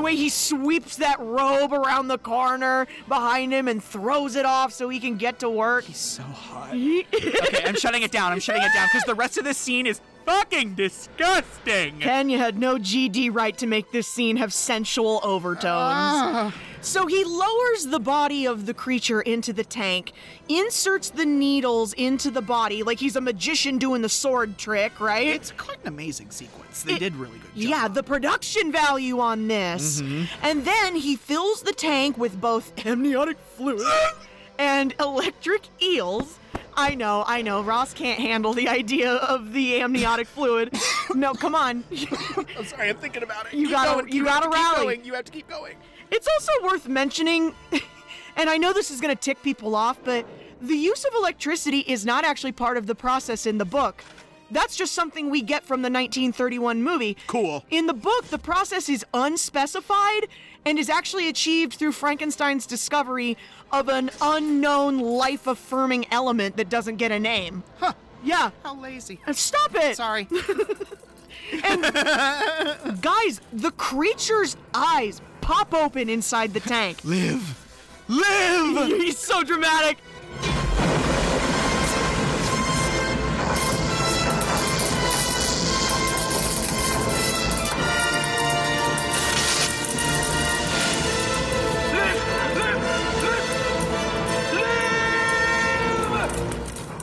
S2: way he sweeps that robe around the corner behind him and throws it off so he can get to work. He's so
S1: hot. okay, I'm shutting it down. I'm shutting it down because the rest of this scene is fucking disgusting.
S2: Kenya had no GD right to make this scene have sensual overtones. So he lowers the body of the creature into the tank, inserts the needles into the body like he's a magician doing the sword trick, right?
S1: It's quite an amazing sequence. They
S2: It-
S1: did really good.
S2: Yeah, the production value on this.
S1: Mhm.
S2: And then he fills the tank with both <laughs> amniotic fluid and electric eels. I know, I know. Ross can't handle the idea of the amniotic fluid. No, come on. <laughs>
S1: I'm sorry, I'm thinking about it.
S2: You gotta- you gotta rally.
S1: You have to keep going.
S2: It's also worth mentioning, <laughs> and I know this is going to tick people off, but the use of electricity is not actually part of the process in the book. That's just something we get from the 1931 movie.
S1: Cool.
S2: In the book, the process is unspecified and is actually achieved through Frankenstein's discovery of an unknown life affirming element that doesn't get a name. Huh. Yeah.
S1: How lazy.
S2: Uh, Stop it! Sorry. and guys, the creature's eyes pop open inside the <laughs> tank.
S1: <laughs> Live! Live!
S2: <laughs> He's so dramatic.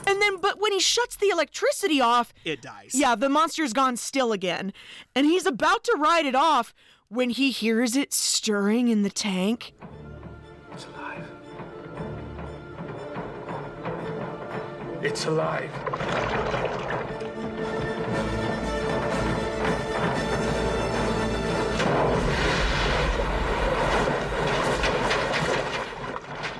S2: And then, but when he shuts the electricity off,
S1: It dies.
S2: Yeah, the monster's gone still again. And he's about to ride it off when he hears it stirring in the tank.
S6: It's alive. It's alive.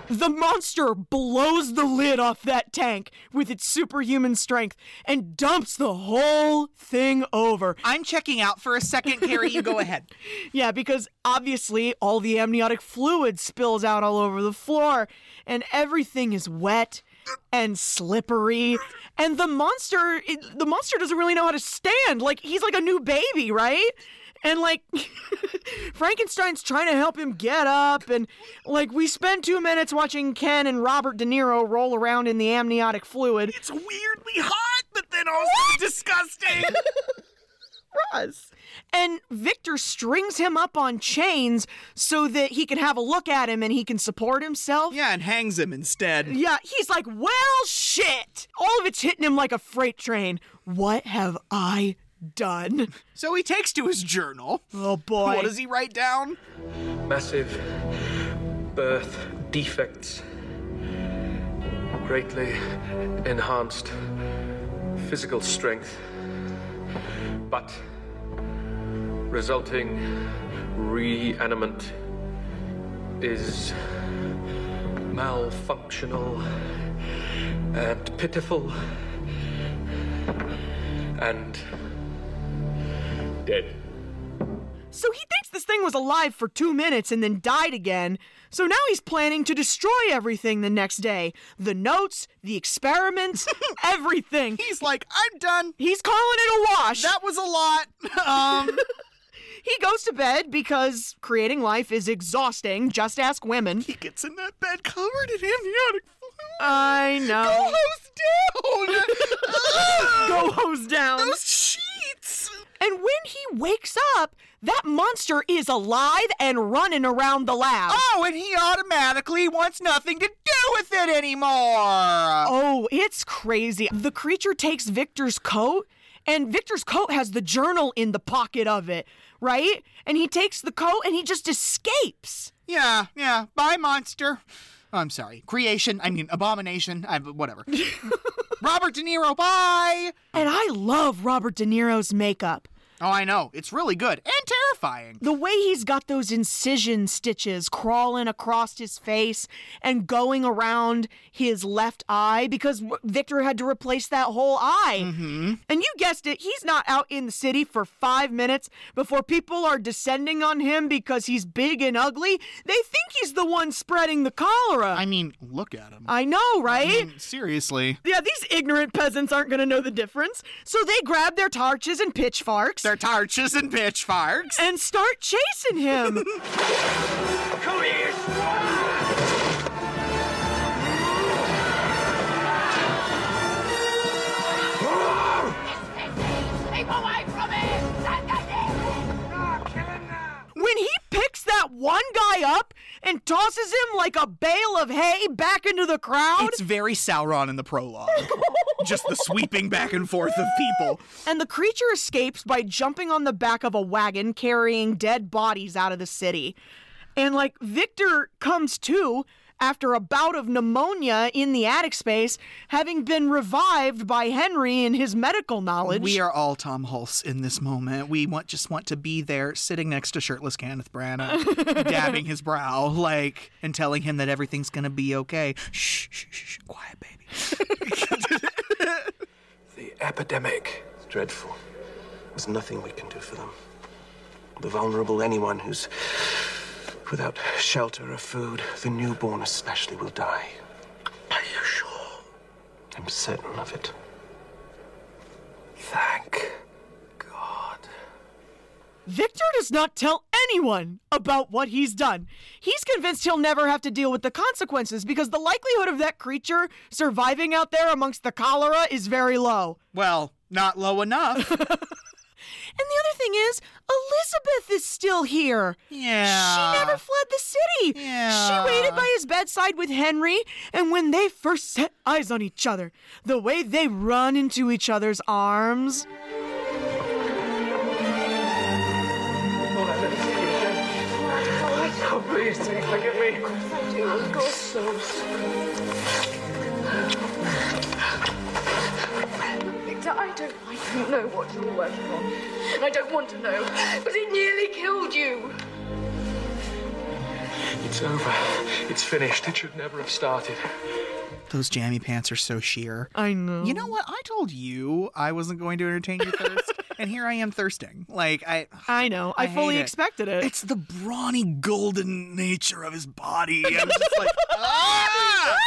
S2: The monster blows the lid off that tank with its superhuman strength and dumps the whole thing over.
S1: I'm checking out for a second, Carrie. You go <laughs> ahead.
S2: yeah, because obviously all the amniotic fluid spills out all over the floor and everything is wet and slippery and the monster it- the monster doesn't really know how to stand like he's like a new baby right and like <laughs> Frankenstein's trying to help him get up, and like we spend two minutes watching Ken and Robert De Niro roll around in the amniotic fluid. It's
S1: weirdly hot, but then also disgusting.
S2: Ross. And Victor strings him up on chains so that he can have a look at him and he can support
S1: <laughs>
S2: himself.
S1: Yeah, and hangs him instead.
S2: Yeah, he's like, well, shit. All of it's hitting him like a freight train. What have I done?
S1: So he takes to his journal.
S2: Oh boy.
S1: What does he write down?
S6: Massive birth defects. Greatly enhanced physical strength. But
S12: Resulting reanimate is malfunctional and pitiful and dead.
S2: So he thinks this thing was alive for two minutes and then died again. So now he's planning to destroy everything the next day the notes, the experiments, everything.
S1: He's like, I'm done.
S2: He's calling it a wash.
S1: That was a lot. <laughs> Um,
S2: he goes to bed because creating life is exhausting. Just ask women. <laughs> He
S1: gets in that bed covered in amniotic fluid.
S2: I
S1: <laughs> Go
S2: know.
S1: hose
S2: down. Go hose down.
S1: Those sheets.
S2: And when he wakes up, that monster is alive and running around the lab.
S1: Oh, and he automatically wants nothing to do with it anymore.
S2: Oh, it's crazy. The creature takes Victor's coat, and Victor's coat has the journal in the pocket of it, right? And he takes the coat and he just escapes.
S1: Yeah, yeah. Bye, monster. Oh, I'm sorry. Creation. I mean, abomination. I, whatever. Robert De Niro. Bye.
S2: And I love Robert De Niro's makeup.
S1: Oh, I know. It's really good and terrifying.
S2: The way he's got those incision stitches crawling across his face and going around his left eye because w- Victor had to replace that whole eye. Mm-hmm. And you guessed it, he's not out in the city for five minutes before people are descending on him because he's big and ugly. They think he's the one spreading the cholera. I
S1: mean, look at him.
S2: I know, right?
S1: Seriously.
S2: Yeah, these ignorant peasants aren't going to know the difference. So they grab their torches and pitchforks.
S1: their torches and pitchforks.
S2: And start chasing <laughs> him.
S14: Keep away from him!
S2: when he picks that one guy up and tosses him like a bale of hay back into the crowd.
S1: It's very Sauron in the prologue. Just the sweeping back and forth of people.
S2: And the creature escapes by jumping on the back of a wagon carrying dead bodies out of the city. And like Victor comes to after a bout of pneumonia in the attic space, having been revived by Henry in his medical knowledge.
S1: We are all Tom Hulse in this moment. We want just want to be there, sitting next to shirtless Kenneth
S2: <laughs>
S1: Branagh, dabbing his brow, like, and telling him that everything's gonna be okay. Shh, shh, shh, shh, quiet, baby.
S6: The epidemic is dreadful. There's nothing we can do for them. The vulnerable, anyone who's without shelter or food, the newborn especially will die. Are you sure? I'm certain of it. Thank
S2: Victor does not tell anyone about what he's done. He's convinced he'll never have to deal with the consequences because the likelihood of that creature surviving out there amongst the cholera is very low.
S1: Well, not low enough.
S2: And the other thing is, Elizabeth is still here.
S1: Yeah.
S2: <laughs> She never fled the city.
S1: Yeah.
S2: She waited by his bedside with Henry, and when they first set eyes on each other, the way they run into each other's arms.
S8: Oh, please, please forgive me. Of course I do. Of course so.
S14: Victor, I don't, I don't know what you're working on. And I don't want to know. But it nearly killed you.
S6: It's over. It's finished. It should never have started.
S1: Those jammy pants are so sheer.
S2: I know.
S1: You know what? I told you I wasn't going to entertain your thirst,
S2: <laughs>
S1: and here I am thirsting. Like I,
S2: I know.
S1: I,
S2: I, fully
S1: hate it.
S2: expected it.
S1: It's the brawny, golden nature of his body. I'm just
S2: <laughs>
S1: like, ah,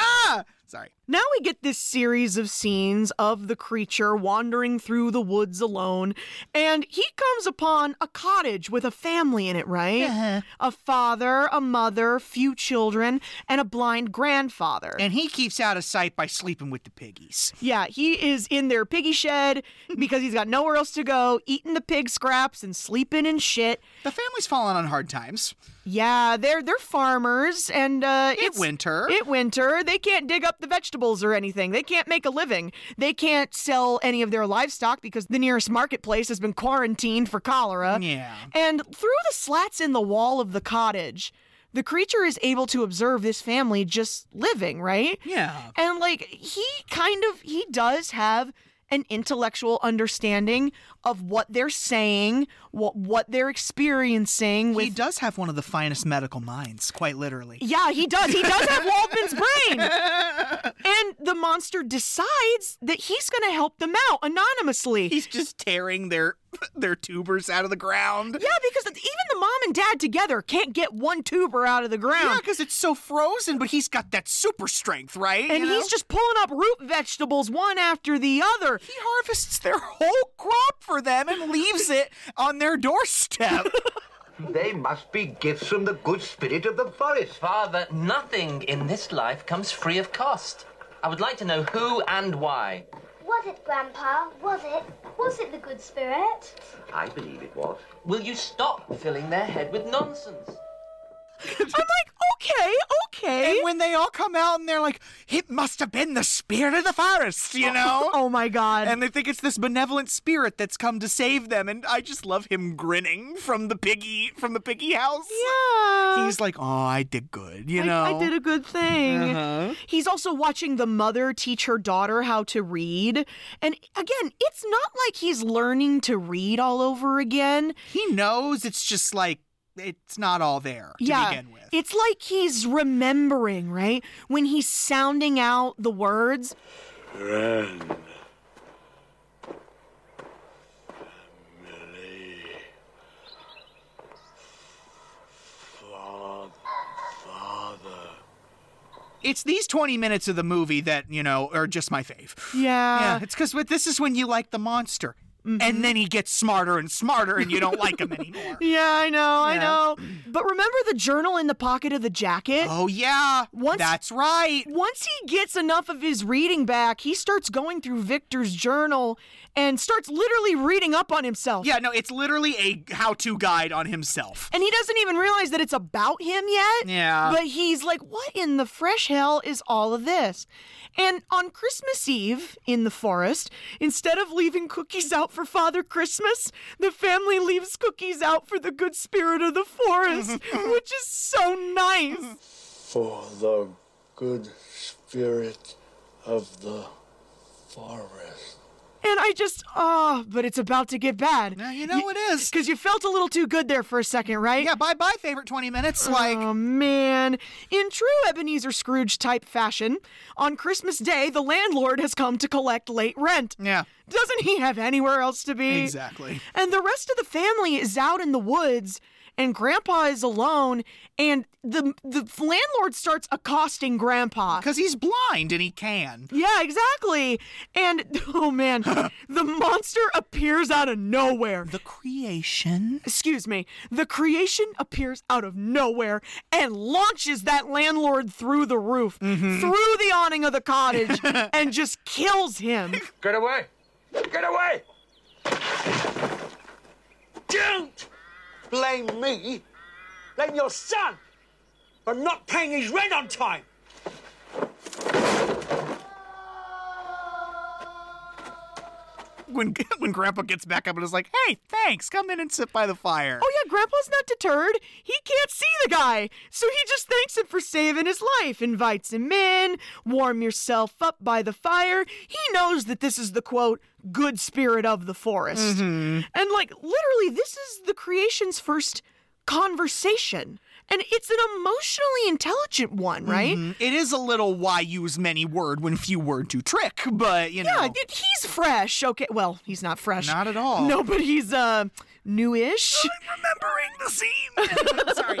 S1: ah. Sorry.
S2: Now we get this series of scenes of the creature wandering through the woods alone, and he comes upon a cottage with a family in it, right?
S1: Uh-huh.
S2: A father, a mother, few children, and a blind grandfather.
S1: And he keeps out of sight by sleeping with the piggies.
S2: yeah, he is in their
S1: <laughs>
S2: piggy shed because he's got nowhere else to go, eating the pig scraps and sleeping in shit.
S1: The family's fallen on hard times.
S2: Yeah, they're they're farmers, and uh,
S1: It
S2: it's
S1: winter.
S2: It winter. They can't dig up the vegetables or anything. They can't make a living. They can't sell any of their livestock because the nearest marketplace has been quarantined for cholera.
S1: Yeah.
S2: And through the slats in the wall of the cottage, the creature is able to observe this family just living, right?
S1: Yeah.
S2: And like he kind of he does have an intellectual understanding of what they're saying, what what they're experiencing with
S1: He does have one of the finest medical minds, quite literally.
S2: yeah, he does. He
S1: <laughs>
S2: does have Waldman's brain. And the monster decides that he's going to help them out anonymously.
S1: He's just tearing their <laughs> their tubers out of the ground.
S2: Yeah, because even the mom and dad together can't get one tuber out of the
S1: Yeah,
S2: ground.
S1: because it's so frozen, but he's got that super strength, right?
S2: and
S1: You know?
S2: he's just pulling up root vegetables one after the other.
S1: he harvests their whole crop for them and leaves it on their doorstep.
S15: They must be gifts from the good spirit of the forest.
S16: Father, nothing in this life comes free of cost. I would like to know who and why.
S17: Was it, Grandpa? Was it? Was it the good spirit?
S16: I believe it was. Will you stop filling their head with nonsense?
S2: okay, okay.
S1: <laughs> And when they all come out and they're like, it must have been the spirit of the forest, you know?
S2: oh my god.
S1: And they think it's this benevolent spirit that's come to save them, and I just love him grinning from the piggy from the piggy house.
S2: Yeah.
S1: He's like, Oh, I did good, you know.
S2: I, I did a good thing.
S1: Uh-huh.
S2: He's also watching the mother teach her daughter how to read. And again, it's not like he's learning to read all over again.
S1: He knows it's just like it's not all there to
S2: yeah,
S1: begin with.
S2: It's like he's remembering, right? When he's sounding out the words.
S18: Grand.
S1: It's these 20 minutes of the movie that, you know, are just my fave.
S2: Yeah.
S1: Yeah, it's because this is when you like the monster.
S2: Mm-hmm.
S1: And then he gets smarter and smarter, and you don't like him anymore.
S2: <laughs> Yeah, I know, I
S1: Yeah.
S2: know. But remember the journal in the pocket of the jacket?
S1: Oh yeah,
S2: once,
S1: that's right.
S2: Once he gets enough of his reading back, he starts going through Victor's journal and starts literally reading up on himself.
S1: Yeah, no, it's literally a how-to guide on himself.
S2: And he doesn't even realize that it's about him yet.
S1: Yeah.
S2: But he's like, what in the fresh hell is all of this? And on Christmas Eve in the forest, instead of leaving cookies out for Father Christmas, the family leaves cookies out for the good spirit of the <laughs> forest, which is so nice.
S18: For the good spirit of the forest.
S2: And I just, oh, but it's about to get bad. Now you know it is. Because you felt a little too good there for a second, right? Yeah,
S1: bye bye, favorite 20 minutes.
S2: Like, oh, man. In true Ebenezer Scrooge type fashion, on Christmas Day, the landlord has come to collect late rent.
S1: Yeah.
S2: Doesn't he have anywhere else to be?
S1: Exactly.
S2: And the rest of the family is out in the woods. And Grandpa is alone, and the the landlord starts accosting Grandpa because
S1: he's blind and he can.
S2: Yeah, exactly. And <laughs> oh man, the monster appears out of nowhere. The
S1: creation.
S2: Excuse me. The creation appears out of nowhere and launches that landlord through the roof, through the awning of the cottage, and just kills him.
S12: Get away! Get away!
S19: Don't blame me. Blame your son for not paying his rent on time.
S1: When <laughs> when Grandpa gets back up and is like, "Hey, thanks. Come in and sit by the fire."
S2: Oh yeah, Grandpa's not deterred. He can't see the guy, so he just thanks him for saving his life, invites him in, warm yourself up by the fire. He knows that this is the quote good spirit of the forest,
S1: Mm-hmm.
S2: and like literally, this is the creation's first conversation, and it's an emotionally intelligent one, right?
S1: Mhm. It is a little why use many word when few word to trick, but you know.
S2: Yeah, it- he's fresh. Okay, well, he's not fresh.
S1: Not at all.
S2: No, but he's uh
S1: <laughs>
S2: newish.
S1: remembering the scene. <laughs> Sorry,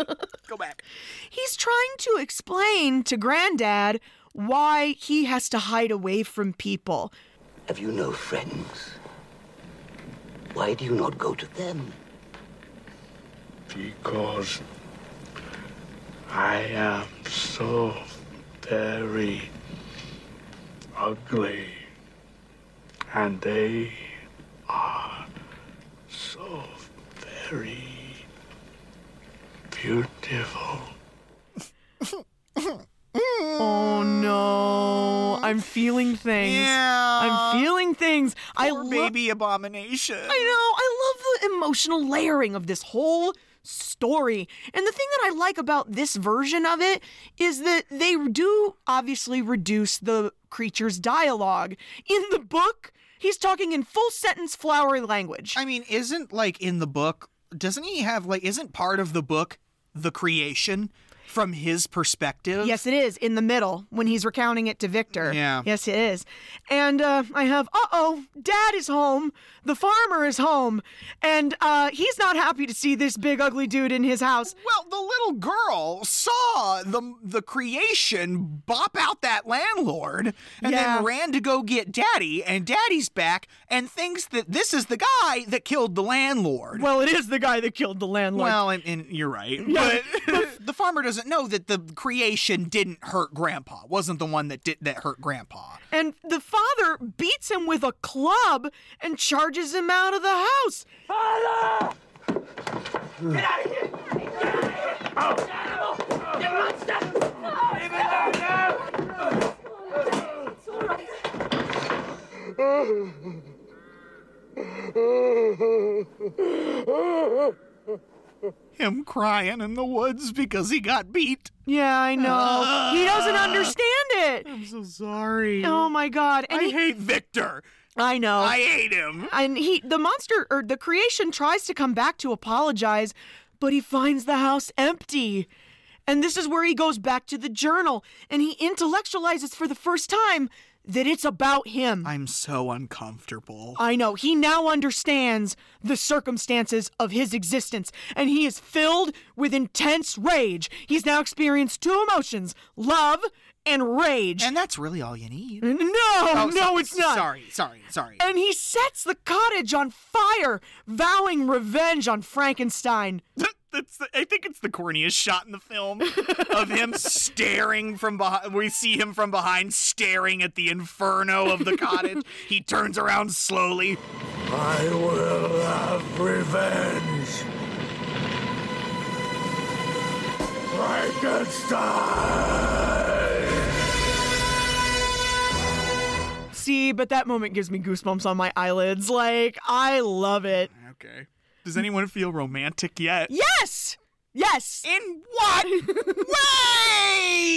S1: go back.
S2: He's trying to explain to Granddad why he has to hide away from people.
S19: Have you no friends? Why do you not go to them?
S18: Because I am so very ugly. And they are so very beautiful.
S2: Oh no, I'm feeling things. Yeah. I'm feeling things. I
S1: Poor
S2: love
S1: baby abomination.
S2: I know. I love the emotional layering of this whole story. And the thing that I like about this version of it is that they do obviously reduce the creature's dialogue. In the book, he's talking in full sentence flowery language.
S1: I mean, isn't like in the book, doesn't he have like isn't part of the book the creation from his perspective?
S2: Yes, it is in the middle when he's recounting it to Victor.
S1: Yeah.
S2: Yes, it is. And uh, I have, uh oh, dad is home. The farmer is home. And uh, he's not happy to see this big, ugly dude in his house.
S1: Well, the little girl saw the the creation bop out that landlord and
S2: Yeah.
S1: then ran to go get daddy and daddy's back and thinks that this is the guy that killed the landlord.
S2: Well, it is the guy that killed the landlord.
S1: Well, and, and you're right. But <laughs> the farmer doesn't know that the creation didn't hurt grandpa. Wasn't the one that did that hurt grandpa.
S2: And the father beats him with a club and charges him out of the house. Father!
S19: Get out of here!
S8: You monster! Leave it alone now! It's all right.
S1: Him crying in the woods because he got beat.
S2: Yeah, I know. he doesn't
S1: Ah.
S2: understand it.
S1: I'm <laughs> so sorry.
S2: Oh my god. And
S1: I
S2: he- Oh.
S1: hate Victor.
S2: I know.
S1: I hate him.
S2: And he the monster or the creation tries to come back to apologize, but he finds the house empty. And this is where he goes back to the journal and he intellectualizes for the first time that it's about him.
S1: I'm so uncomfortable.
S2: I know. He now understands the circumstances of his existence, and he is filled with intense rage. He's now experienced two emotions love and rage.
S1: And that's really all you need.
S2: No,
S1: Oh,
S2: no,
S1: so-
S2: it's not.
S1: Sorry, sorry, sorry.
S2: And he sets the cottage on fire, vowing revenge on Frankenstein.
S1: That's the, I think it's the corniest shot in the film of
S2: <laughs>
S1: him staring from behind. We see him from behind staring at the inferno of the
S2: <laughs>
S1: cottage. he turns around slowly.
S18: I will have revenge. Frankenstein!
S2: See, but that moment gives me goosebumps on my eyelids. Like, I love it.
S1: Okay. Does anyone feel romantic yet?
S2: Yes! Yes!
S1: In
S2: <laughs>
S1: what way?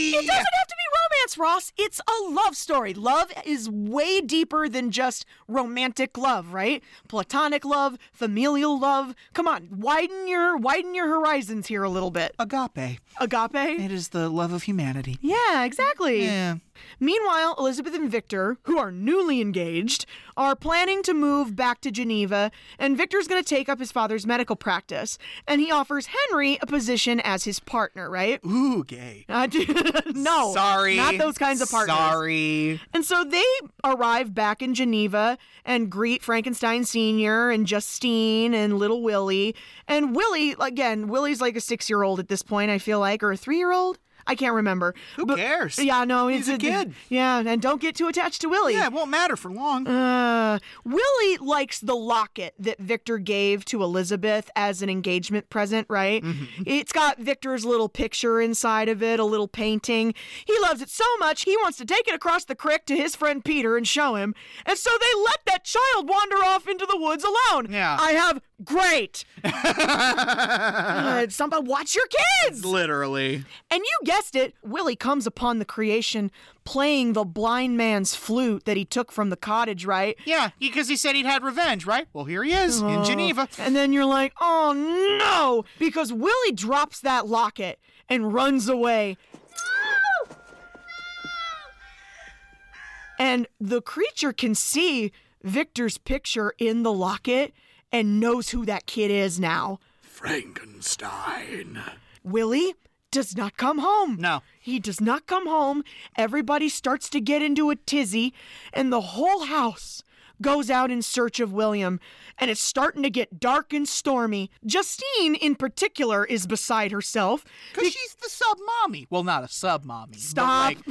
S2: It doesn't have to be romance, Ross. It's a love story. Love is way deeper than just romantic love, right? Platonic love, familial love. Come on, widen your widen your horizons here a little bit.
S1: Agape.
S2: Agape?
S1: It is the love of humanity.
S2: Yeah, exactly.
S1: Yeah.
S2: Meanwhile, Elizabeth and Victor, who are newly engaged, are planning to move back to Geneva, and Victor's going to take up his father's medical practice, and he offers Henry a position as his partner, right?
S1: Ooh, gay.
S2: <laughs> no.
S1: Sorry.
S2: Not those kinds of partners.
S1: Sorry.
S2: And so they arrive back in Geneva and greet Frankenstein Sr. and Justine and little Willie. And Willie, again, Willie's like a six year old at this point, I feel like, or a three year old. I can't remember. Who
S1: cares?
S2: Yeah, no,
S1: He's a
S2: it's
S1: kid.
S2: Yeah, and don't get too attached to Willie.
S1: Yeah, it won't matter for long.
S2: Uh, Willie likes the locket that Victor gave to Elizabeth as an engagement present, right? It's got Victor's little picture inside of it, a little painting. He loves it so much, he wants to take it across the creek to his friend Peter and show him. And so they let that child wander off into the woods alone. Yeah. I have great.
S1: <laughs>
S2: Uh, somebody watch your kids.
S1: Literally.
S2: And you guessed it, Willie comes upon the creation playing the blind man's flute that he took from the cottage, right?
S1: Yeah, because he said he'd had revenge, right? Well, here he is in
S2: Oh.
S1: Geneva.
S2: And then you're like, oh no! Because Willie drops that locket and runs away. And the creature can see Victor's picture in the locket and knows who that kid is now.
S18: Frankenstein.
S2: Willie does not come home. No. He does not come home. Everybody starts to get into a tizzy, and the whole house goes out in search of William. And it's starting to get dark and stormy. Justine, in particular, is
S1: <laughs>
S2: beside herself.
S1: Because she's the sub mommy. Well, not a sub mommy.
S2: Stop. <laughs>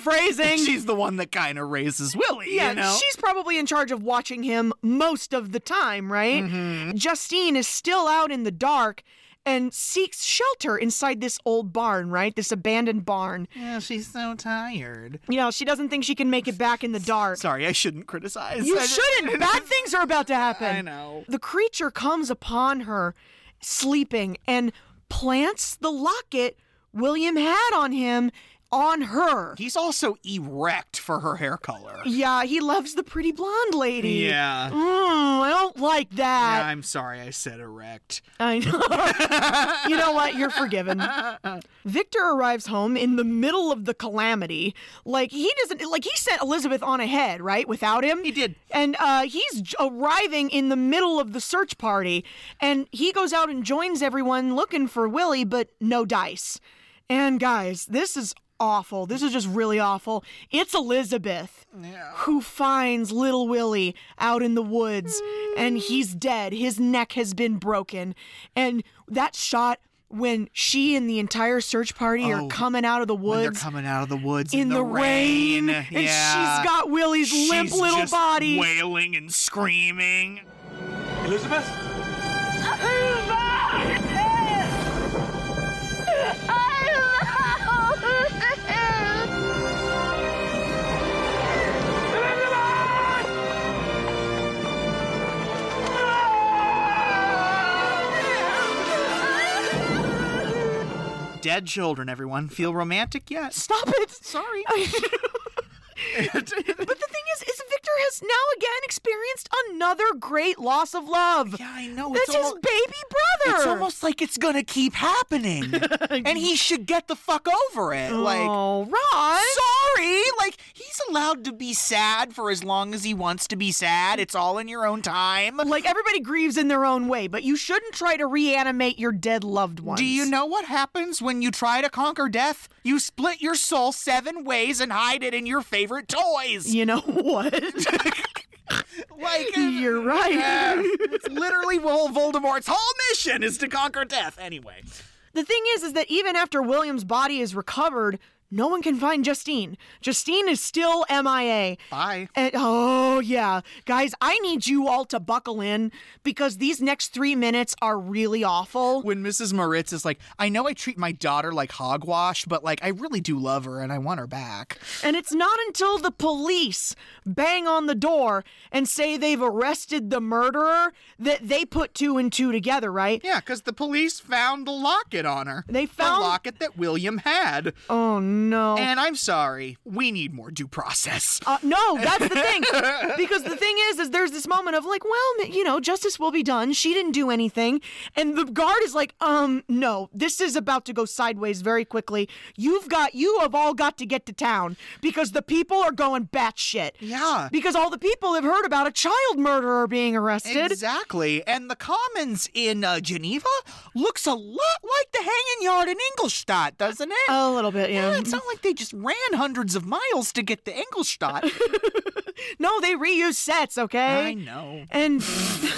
S2: Phrasing.
S1: She's the one that kind of raises Willie,
S2: yeah,
S1: you know?
S2: she's probably in charge of watching him most of the time, right?
S1: Mm-hmm.
S2: Justine is still out in the dark and seeks shelter inside this old barn, right? This abandoned barn.
S1: Yeah, she's so tired.
S2: You know, she doesn't think she can make it back in the dark.
S1: Sorry, I shouldn't criticize.
S2: You
S1: I just- <laughs>
S2: shouldn't. Bad things are about to happen.
S1: I know.
S2: The creature comes upon her sleeping and plants the locket William had on him on her.
S1: He's also erect for her hair color.
S2: Yeah, he loves the pretty blonde lady.
S1: Yeah.
S2: Mm, I don't like
S1: Yeah,
S2: that.
S1: I'm sorry I said erect.
S2: I know. you know what? You're forgiven. Victor arrives home in the middle of the calamity. Like he doesn't like he sent Elizabeth on ahead, right? Without him. He did. And uh he's j- arriving in the middle of the search party and he goes out and joins everyone looking for Willie but no dice. And guys, this is awful. This is just really awful. It's Elizabeth who finds little Willie out in the woods and he's dead. His neck has been broken. And that shot when she and the entire search party
S1: Oh,
S2: are coming out of the
S1: When they're
S2: woods
S1: coming out of the woods in,
S2: in the rain,
S1: yeah.
S2: and she's got Willie's limp
S1: She's
S2: little
S1: just
S2: body.
S1: wailing and screaming.
S12: Elizabeth?
S1: Dead children, everyone. Feel
S2: <laughs>
S1: romantic yet?
S2: Stop it!
S1: Sorry. <laughs>
S2: but the thing is, is Victor has now again experienced another great loss of love. Yeah, I know.
S1: it's
S2: That's his
S1: almo-
S2: baby brother.
S1: It's almost like it's gonna keep happening, and he should get the fuck over it. Like,
S2: Oh, Ron.
S1: sorry, like he's allowed to be sad for as long as he wants to be sad. It's all in your own time.
S2: Like everybody grieves in their own way, but you shouldn't try to reanimate your dead loved ones.
S1: Do you know what happens when you try to conquer death? You split your soul seven ways and hide it in your favorite toys.
S2: <laughs> You know <laughs> what?
S1: like
S2: you're right.
S1: it's literally Vol- Voldemort's whole mission is to conquer death. Anyway,
S2: <laughs> The thing is, is that even after William's body is recovered, no one can find Justine. Justine is still MIA.
S1: Bye.
S2: And, oh, yeah. Guys, I need you all to buckle in because these next three minutes are really awful.
S1: when Mrs. Moritz is like, I know I treat my daughter like hogwash, but like I really do love her and I want her back.
S2: And it's not until the police bang on the door and say they've arrested the murderer that they put two and two together, right?
S1: Yeah, because the police found the locket on her.
S2: They found
S1: the locket that William had.
S2: Oh no.
S1: And I'm sorry, we need more due process.
S2: Uh, no, that's the thing. because the thing is, is there's this moment of like, well, you know, justice will be done. She didn't do anything, and the guard is like, um, no, this is about to go sideways very quickly. You've got, you have all got to get to town because the people are going batshit.
S1: Yeah.
S2: Because all the people have heard about a child murderer being arrested.
S1: Exactly. And the Commons in uh, Geneva looks a lot like the hanging yard in Ingolstadt, doesn't it?
S2: A little bit, yeah.
S1: It's not like they just ran hundreds of miles to get to
S2: <laughs>
S1: Ingolstadt.
S2: No, they reuse sets, okay?
S1: I know.
S2: And <laughs>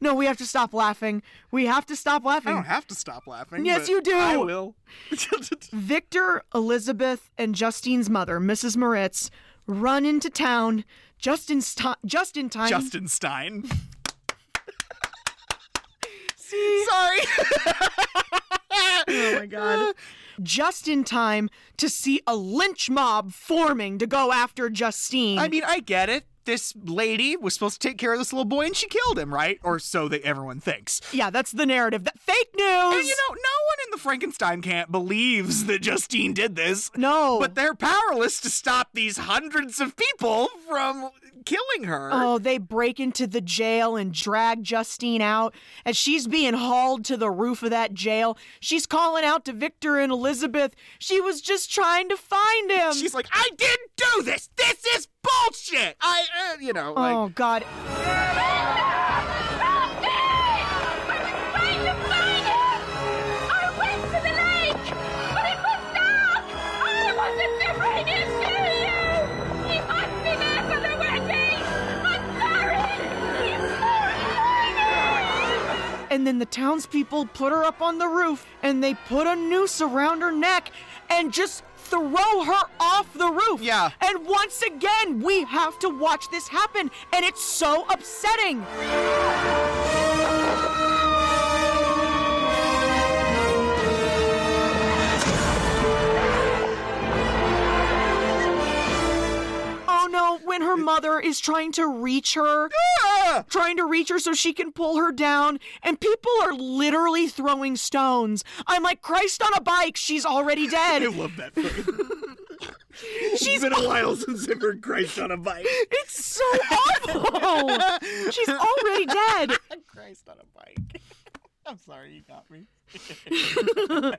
S2: no, we have to stop laughing. We have to stop laughing.
S1: I don't have to stop laughing.
S2: Yes,
S1: but
S2: you do.
S1: I will.
S2: Victor, Elizabeth, and Justine's mother, Mrs. Moritz, run into town just in, sti- just in time.
S1: Justin Stein.
S2: Sorry. oh my god. Just in time to see a lynch mob forming to go after Justine.
S1: I mean, I get it. This lady was supposed to take care of this little boy and she killed him, right? Or so that everyone thinks.
S2: yeah, that's the narrative. That fake news.
S1: And you know, no one in the Frankenstein camp believes that Justine did this.
S2: No.
S1: But they're powerless to stop these hundreds of people from killing her.
S2: Oh, they break into the jail and drag Justine out. As she's being hauled to the roof of that jail, she's calling out to Victor and Elizabeth. She was just trying to find him.
S1: She's like, I didn't do this. This is bullshit. I, uh, you know, like.
S2: oh, God. And then the townspeople put her up on the roof and they put a noose around her neck and just throw her off the roof. Yeah. And once again, we have to watch this happen. And it's so upsetting. Oh no, when her mother is trying to reach her, trying to reach her so she can pull her down, and people are literally throwing stones. I'm like, Christ on a bike, she's already
S1: <laughs>
S2: dead.
S1: I love that phrase. <laughs> it's
S2: She's-
S1: been a while since I've heard Christ on a bike.
S2: It's so awful. she's already dead.
S1: Christ on a bike. <laughs> I'm sorry you got me. <laughs>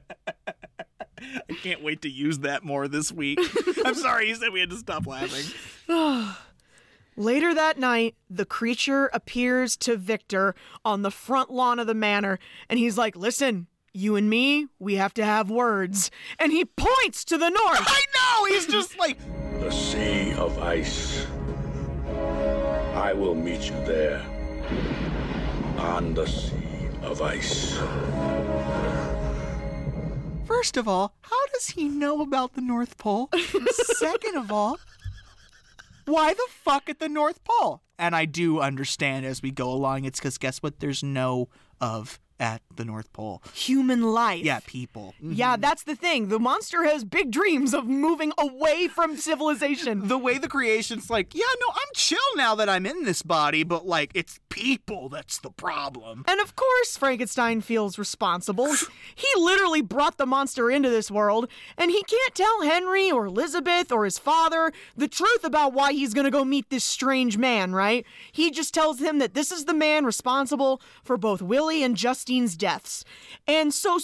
S1: I can't wait to use that more this week. I'm sorry you said we had to stop <laughs> laughing.
S2: Later that night, the creature appears to Victor on the front lawn of the manor, and he's like, Listen, you and me, we have to have words. And he points to the north. I
S1: know! He's just like,
S18: The sea of ice. I will meet you there. On the sea of ice.
S1: First of all, how does he know about the North Pole? Second of all, why the fuck at the North Pole? And I do understand as we go along, it's because guess what? There's no of at the North Pole.
S2: <laughs> Human life. Mm-hmm.
S1: Yeah, people.
S2: Yeah, that's the thing. The monster has big dreams of moving away from <laughs> civilization.
S1: the way the creation's like, yeah, no, I'm chill now that I'm in this body, but like, it's people that's the problem.
S2: And of course, Frankenstein feels responsible. he literally brought the monster into this world, and he can't tell Henry or Elizabeth or his father the truth about why he's gonna go meet this strange man, right? He just tells him that this is the man responsible for both Willie and Justine's deaths. And so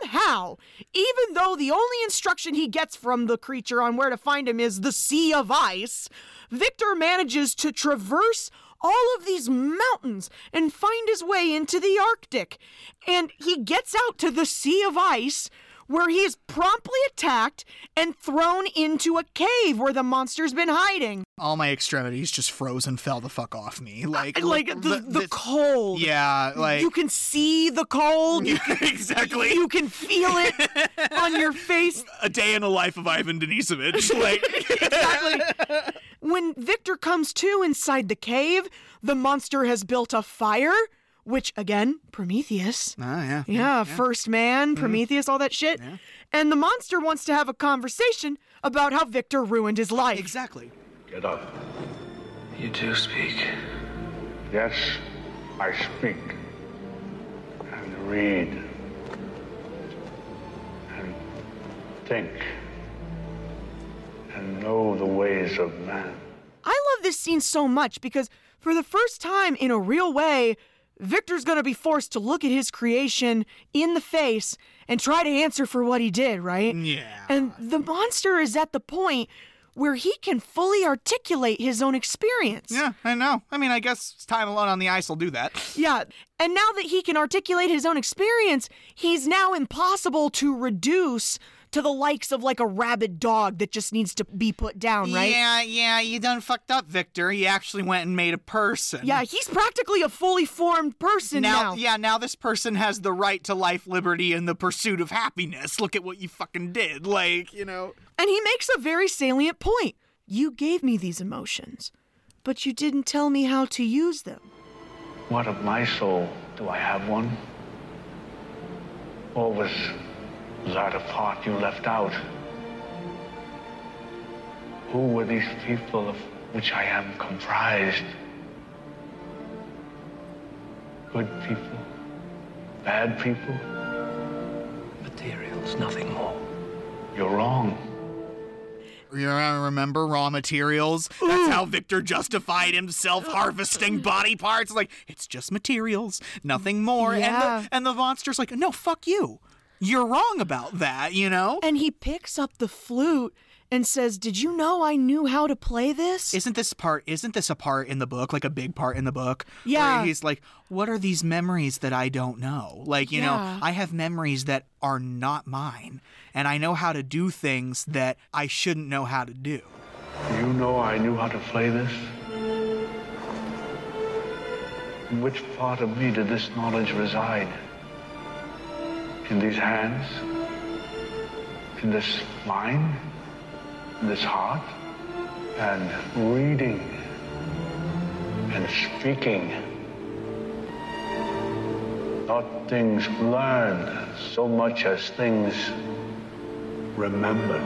S2: somehow, even though the only instruction he gets from the creature on where to find him is the sea of ice, Victor manages to traverse all of these mountains and find his way into the Arctic. And he gets out to the Sea of Ice, where he is promptly attacked and thrown into a cave where the monster's been hiding.
S1: All my extremities just froze and fell the fuck off me. Like,
S2: Like the, the, cold.
S1: Yeah, like
S2: <laughs> you can see the cold.
S1: <laughs>
S2: You can,
S1: exactly.
S2: You can feel
S1: <laughs>
S2: it on your face.
S1: a day in the life of Ivan
S2: <laughs>
S1: Denisovich. Like,
S2: When Victor comes to inside the cave, the monster has built a fire, which again, Prometheus.
S1: Ah, yeah.
S2: Yeah, first man, Prometheus, all that shit. And the monster wants to have a conversation about how Victor ruined his life.
S1: Exactly.
S18: Get up.
S6: You do speak.
S18: Yes, I speak. And read. And think. And know the ways of man.
S2: I love this scene so much because for the first time in a real way, Victor's going to be forced to look at his creation in the face and try to answer for what he did, right?
S1: Yeah.
S2: And the monster is at the point where he can fully articulate his own experience.
S1: yeah, I know. I mean, I guess time alone on the ice will do that.
S2: Yeah. And now that he can articulate his own experience, he's now impossible to reduce to the likes of like a rabid dog that just needs to be put down, right?
S1: Yeah, yeah, you done fucked up, Victor. He actually went and made a person.
S2: Yeah, he's practically a fully formed person now.
S1: Yeah, <laughs> now this person has the right to life, liberty, and the pursuit of happiness. Look at what you fucking did. Like, you know.
S2: And he makes a very salient point. You gave me these emotions, but you didn't tell me how to use them.
S18: What of my soul? Do I have one? Or was that a part you left out? Who were these people of which I am comprised? Good people? Bad people?
S6: Materials, nothing more.
S18: You're wrong.
S1: You remember raw materials? That's how Victor justified <gasps> himself harvesting body parts. Like, it's just materials, nothing more. And,
S2: Yeah.
S1: the, and the monster's like, no, fuck you. You're wrong about that, you know?
S2: And he picks up the flute and says, Did you know I knew how to play this?
S1: Isn't this part, isn't this a part in the book, like a big part in the book? where
S2: Yeah.
S1: he's like, what are these memories that I don't know? Like, you know,
S2: Yeah.
S1: I have memories that are not mine, and I know how to do things that I shouldn't know how to do.
S18: You know I knew how to play this? In which part of me did this knowledge reside? In these hands? In this mind? In this heart? And reading? And speaking? Not things learned so much as things remembered.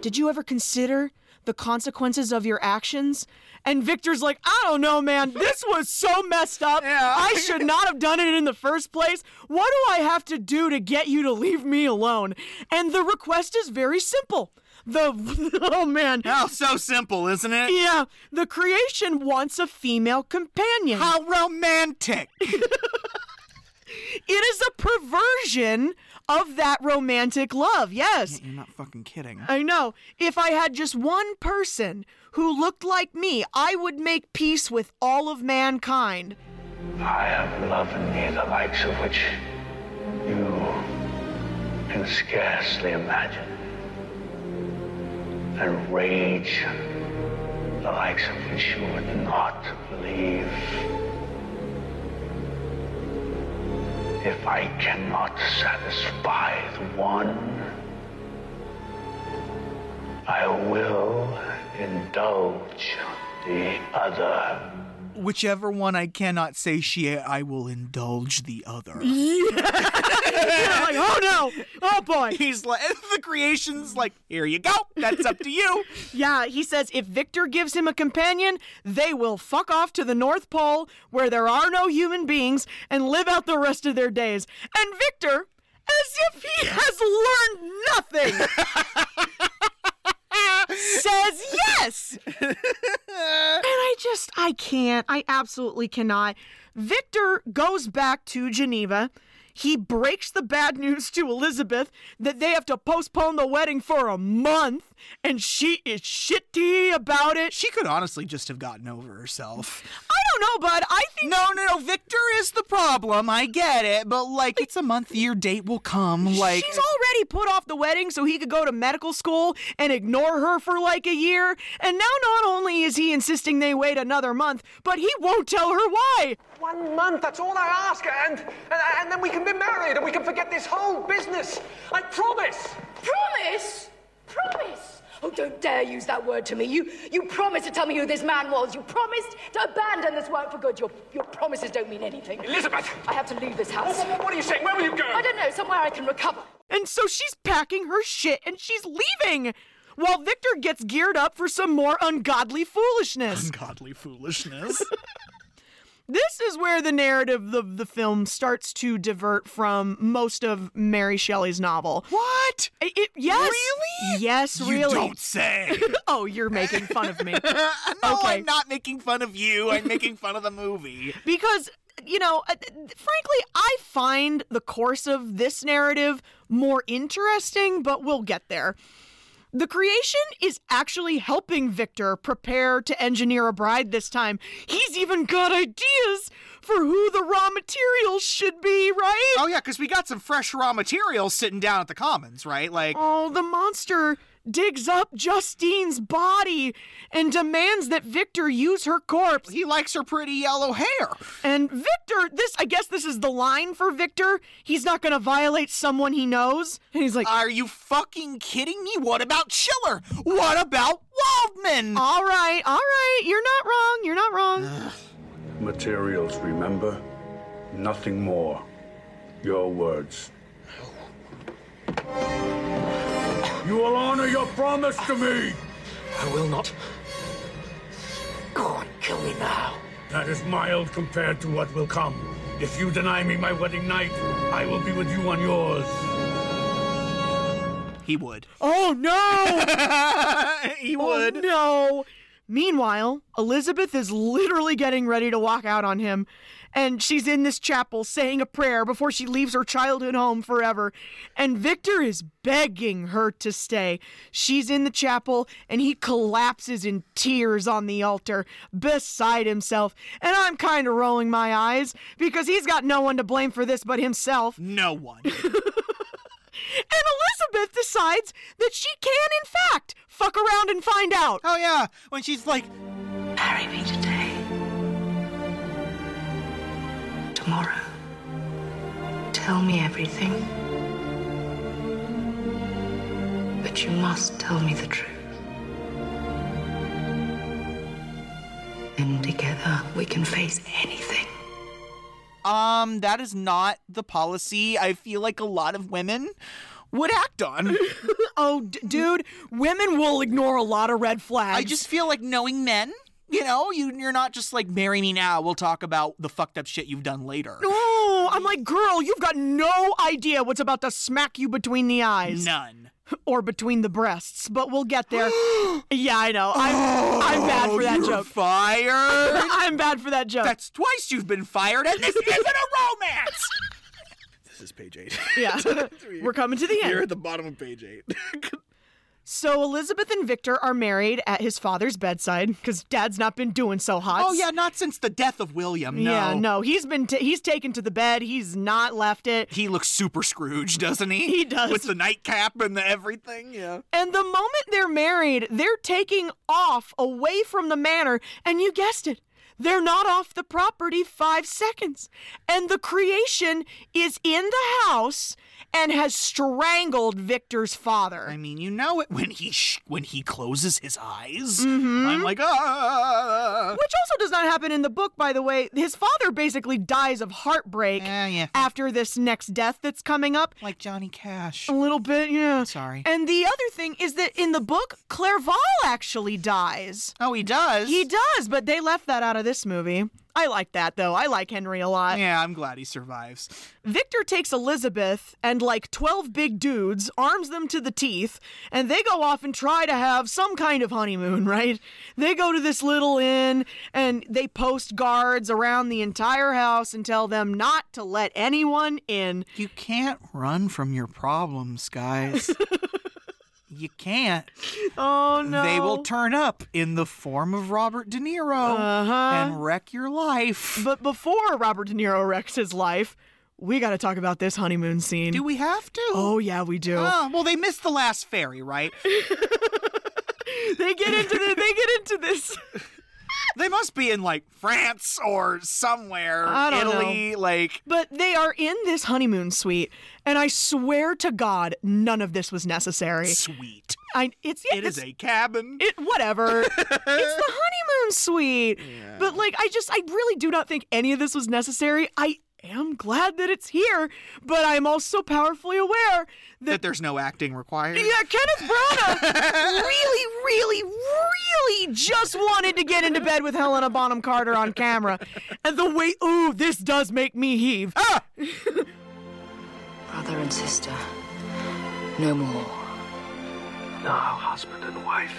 S2: Did you ever consider the consequences of your actions? And Victor's like, I don't know, man. This was so messed up. I should not have done it in the first place. What do I have to do to get you to leave me alone? And the request is very simple. The <laughs> oh man.
S1: Oh, so simple, isn't it?
S2: Yeah. The creation wants a female companion.
S1: How romantic!
S2: It is a perversion of that romantic love. Yes.
S1: You're not fucking kidding.
S2: I know. If I had just one person who looked like me, I would make peace with all
S1: <laughs>
S2: of mankind.
S18: I have love in me the likes of which you can scarcely imagine. And rage, the likes of which you would not believe. If I cannot satisfy the one, I will indulge the other.
S1: Whichever one I cannot satiate, I will indulge the
S2: <laughs>
S1: other.
S2: Yeah, like, oh no, oh boy.
S1: He's like, <laughs> the creation's like, here you go, that's up to you.
S2: yeah, he says if Victor gives him a companion, they will fuck off to the North Pole where there are no human beings and live out the rest of their days. And Victor, as if he has learned nothing, says yes. and I just, I can't. I absolutely cannot. Victor goes back to Geneva. He breaks the bad news to Elizabeth that they have to postpone the wedding for a month, and she is shitty about it.
S1: She could honestly just have gotten over herself.
S2: I don't know, bud. I think.
S1: No, no, no. Victor is the problem. I get it. But, like, it's a month, your date will come. Like,
S2: She's <laughs> already put off the wedding so he could go to medical school and ignore her for like a year. And now not only is he insisting they wait another month, but he won't tell her why.
S4: One month, that's all I ask, and, and and then we can be married and we can forget this whole business. I promise.
S14: Promise? Promise? Oh, don't dare use that word to me. You you promised to tell me who this man was. You promised to abandon this work for good. Your your promises don't mean anything.
S12: Elizabeth!
S14: I have to leave this house.
S12: What, what are you saying? Where will you go?
S14: I don't know, somewhere I can recover.
S2: And so she's packing her shit and she's leaving. While Victor gets geared up for some more ungodly foolishness.
S1: ungodly foolishness.
S2: This is where the narrative of the film starts to divert from most of Mary Shelley's novel.
S1: <laughs> what?
S2: I- It, yes.
S1: Really?
S2: Yes,
S1: You
S2: really.
S1: don't say.
S2: <laughs>
S1: Uh,
S2: oh, you're making
S1: <laughs>
S2: fun of me.
S1: no,
S2: Okay.
S1: I'm not making fun of you.
S2: <laughs>
S1: I'm making fun of the movie.
S2: because you know uh, th- frankly i find the course of this narrative more interesting but we'll get there the creation is actually helping Victor prepare to engineer a bride this time. He's even got ideas for who the raw materials should be, right?
S1: Oh yeah, because we got some fresh raw material sitting down at the Commons, right? Like,
S2: Oh, the monster digs up Justine's body and demands that Victor use her corpse.
S1: he likes her pretty yellow hair.
S2: And Victor, this I guess this is the line for Victor. He's not gonna violate someone he knows. Uh, And he's like,
S1: Are you fucking kidding me? What about Schiller? What about Waldman?
S2: All right, all right, you're not wrong, you're not wrong.
S18: Materials, remember? Nothing more. Your words. You will honor your promise to me!
S6: I will not. Go on, kill me now.
S18: That is mild compared to what will come. If you deny me my wedding night, I will be with you on yours.
S1: He would.
S2: <sighs> Oh no!
S1: <laughs> he
S2: Oh,
S1: would.
S2: no. Meanwhile, Elizabeth is literally getting ready to walk out on him. And she's in this chapel saying a prayer before she leaves her childhood home forever. And Victor is begging her to stay. She's in the chapel and he collapses in tears on the altar, beside himself. And I'm kind of rolling my eyes because he's got no one to blame for this but himself.
S1: No one.
S2: And Elizabeth decides that she can, in fact, fuck around and find out.
S1: Oh yeah, when she's like,
S5: Marry me today. Tomorrow. Tell me everything. But you must tell me the truth. Then together we can face anything.
S1: um, that is not the policy I feel like a lot of women would act on.
S2: Oh, d- dude, women will ignore a lot of red flags.
S1: I just feel like knowing men, you know, you, you're not just like, marry me now, we'll talk about the fucked up shit you've done later.
S2: Oh, I'm like, girl, you've got no idea what's about to smack you between the eyes
S1: None.
S2: or between the breasts, but we'll
S1: <gasps>
S2: get there. yeah, I know. I'm, I'm bad for that
S1: Oh, You're
S2: joke.
S1: Fired.
S2: I'm bad for that joke.
S1: That's twice you've been fired, and this isn't a romance.
S20: This is page eight.
S2: yeah. <laughs> We're coming to the end.
S20: You're at the bottom of page eight.
S2: So Elizabeth and Victor are married at his father's bedside because dad's not been doing so hot.
S1: Oh yeah, not since the death of William. No.
S2: Yeah, no, he's been t- he's taken to the bed. He's not left it.
S1: He looks super Scrooge, doesn't he?
S2: He does.
S1: With the nightcap and the everything. Yeah.
S2: And the moment they're married, they're taking off away from the manor, and you guessed it. They're not off the property five seconds. And the creation is in the house and has strangled Victor's father. I
S1: mean, you know it when he sh- when he closes his eyes.
S2: Mhm.
S1: I'm like, ah.
S2: Which also does not happen in the book, by the way. His father basically dies of heartbreak
S1: Eh,
S2: after this next death that's coming up.
S1: Like Johnny Cash.
S2: A little bit, yeah.
S1: Sorry.
S2: And the other thing is that in the book, Clerval actually dies.
S1: Oh, he does?
S2: He does, but they left that out of this movie. I like that, though. I like Henry a lot.
S1: Yeah, I'm glad he survives.
S2: Victor takes Elizabeth and like 12 big dudes, arms them to the teeth, and they go off and try to have some kind of honeymoon, <laughs> right? They go to this little inn and they post guards around the entire house and tell them not to let anyone in.
S1: You can't Run from your problems,
S2: <laughs>
S1: guys. you can't.
S2: Oh no.
S1: They will turn up in the form of Robert De Niro and wreck your life.
S2: Uh-huh. But before Robert De Niro wrecks his life, we got to talk about this honeymoon scene. Do
S1: we have to?
S2: Oh, yeah, we do.
S1: Oh, well, they missed the last ferry,
S2: <laughs>
S1: right?
S2: they get into the, they get into this.
S1: they must be in like France or somewhere,
S2: I don't
S1: Italy,
S2: know.
S1: like
S2: But they are in this honeymoon suite, and I swear to God, none of this was necessary.
S1: Sweet.
S2: I, it's yeah,
S1: It is
S2: it's-
S1: a cabin.
S2: It
S1: <laughs>
S2: whatever. it's the honeymoon suite. But like, I just, I really do not think any of this was necessary. I am glad that it's here, but I'm also powerfully aware that,
S1: that there's no acting required.
S2: <laughs> yeah, Kenneth Branagh really, really, really just wanted to get into bed with Helena Bonham Carter on camera. And the way, ooh, this does make me heave. Ah!
S7: Brother and sister, no more.
S15: Now, husband and wife.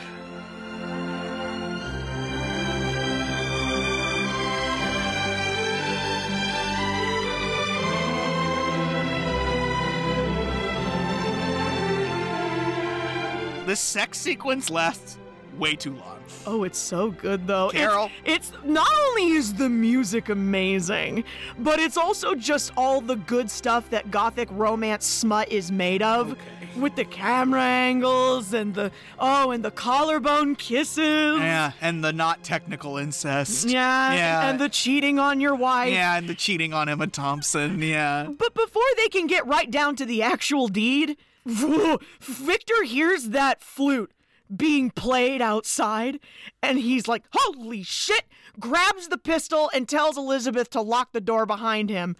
S1: This sex sequence lasts way too long.
S2: Oh, it's so good though. It's-
S1: Carol.
S2: It's, not only is the music amazing, but it's also just all the good stuff that gothic romance smut is made of. With the camera angles and the oh and the collarbone kisses.
S1: Yeah, and the not technical incest.
S2: Yeah,
S1: yeah,
S2: and the cheating on your wife.
S1: yeah, and the cheating on Emma Thompson. Yeah.
S2: But before they can get right down to the actual deed, <laughs> Victor hears that flute being played outside and he's like, holy shit, grabs the pistol and tells Elizabeth to lock the door behind him.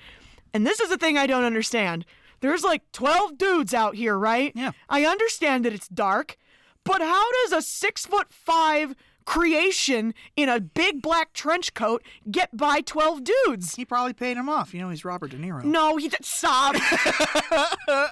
S2: And this is the thing I don't understand. There's like 12 dudes out here, right? Yeah. I understand that it's dark, but how does a six foot five creation in a big black trench coat get by 12 dudes?
S1: He probably paid him off. You know, he's Robert De Niro.
S2: No, he did. Stop.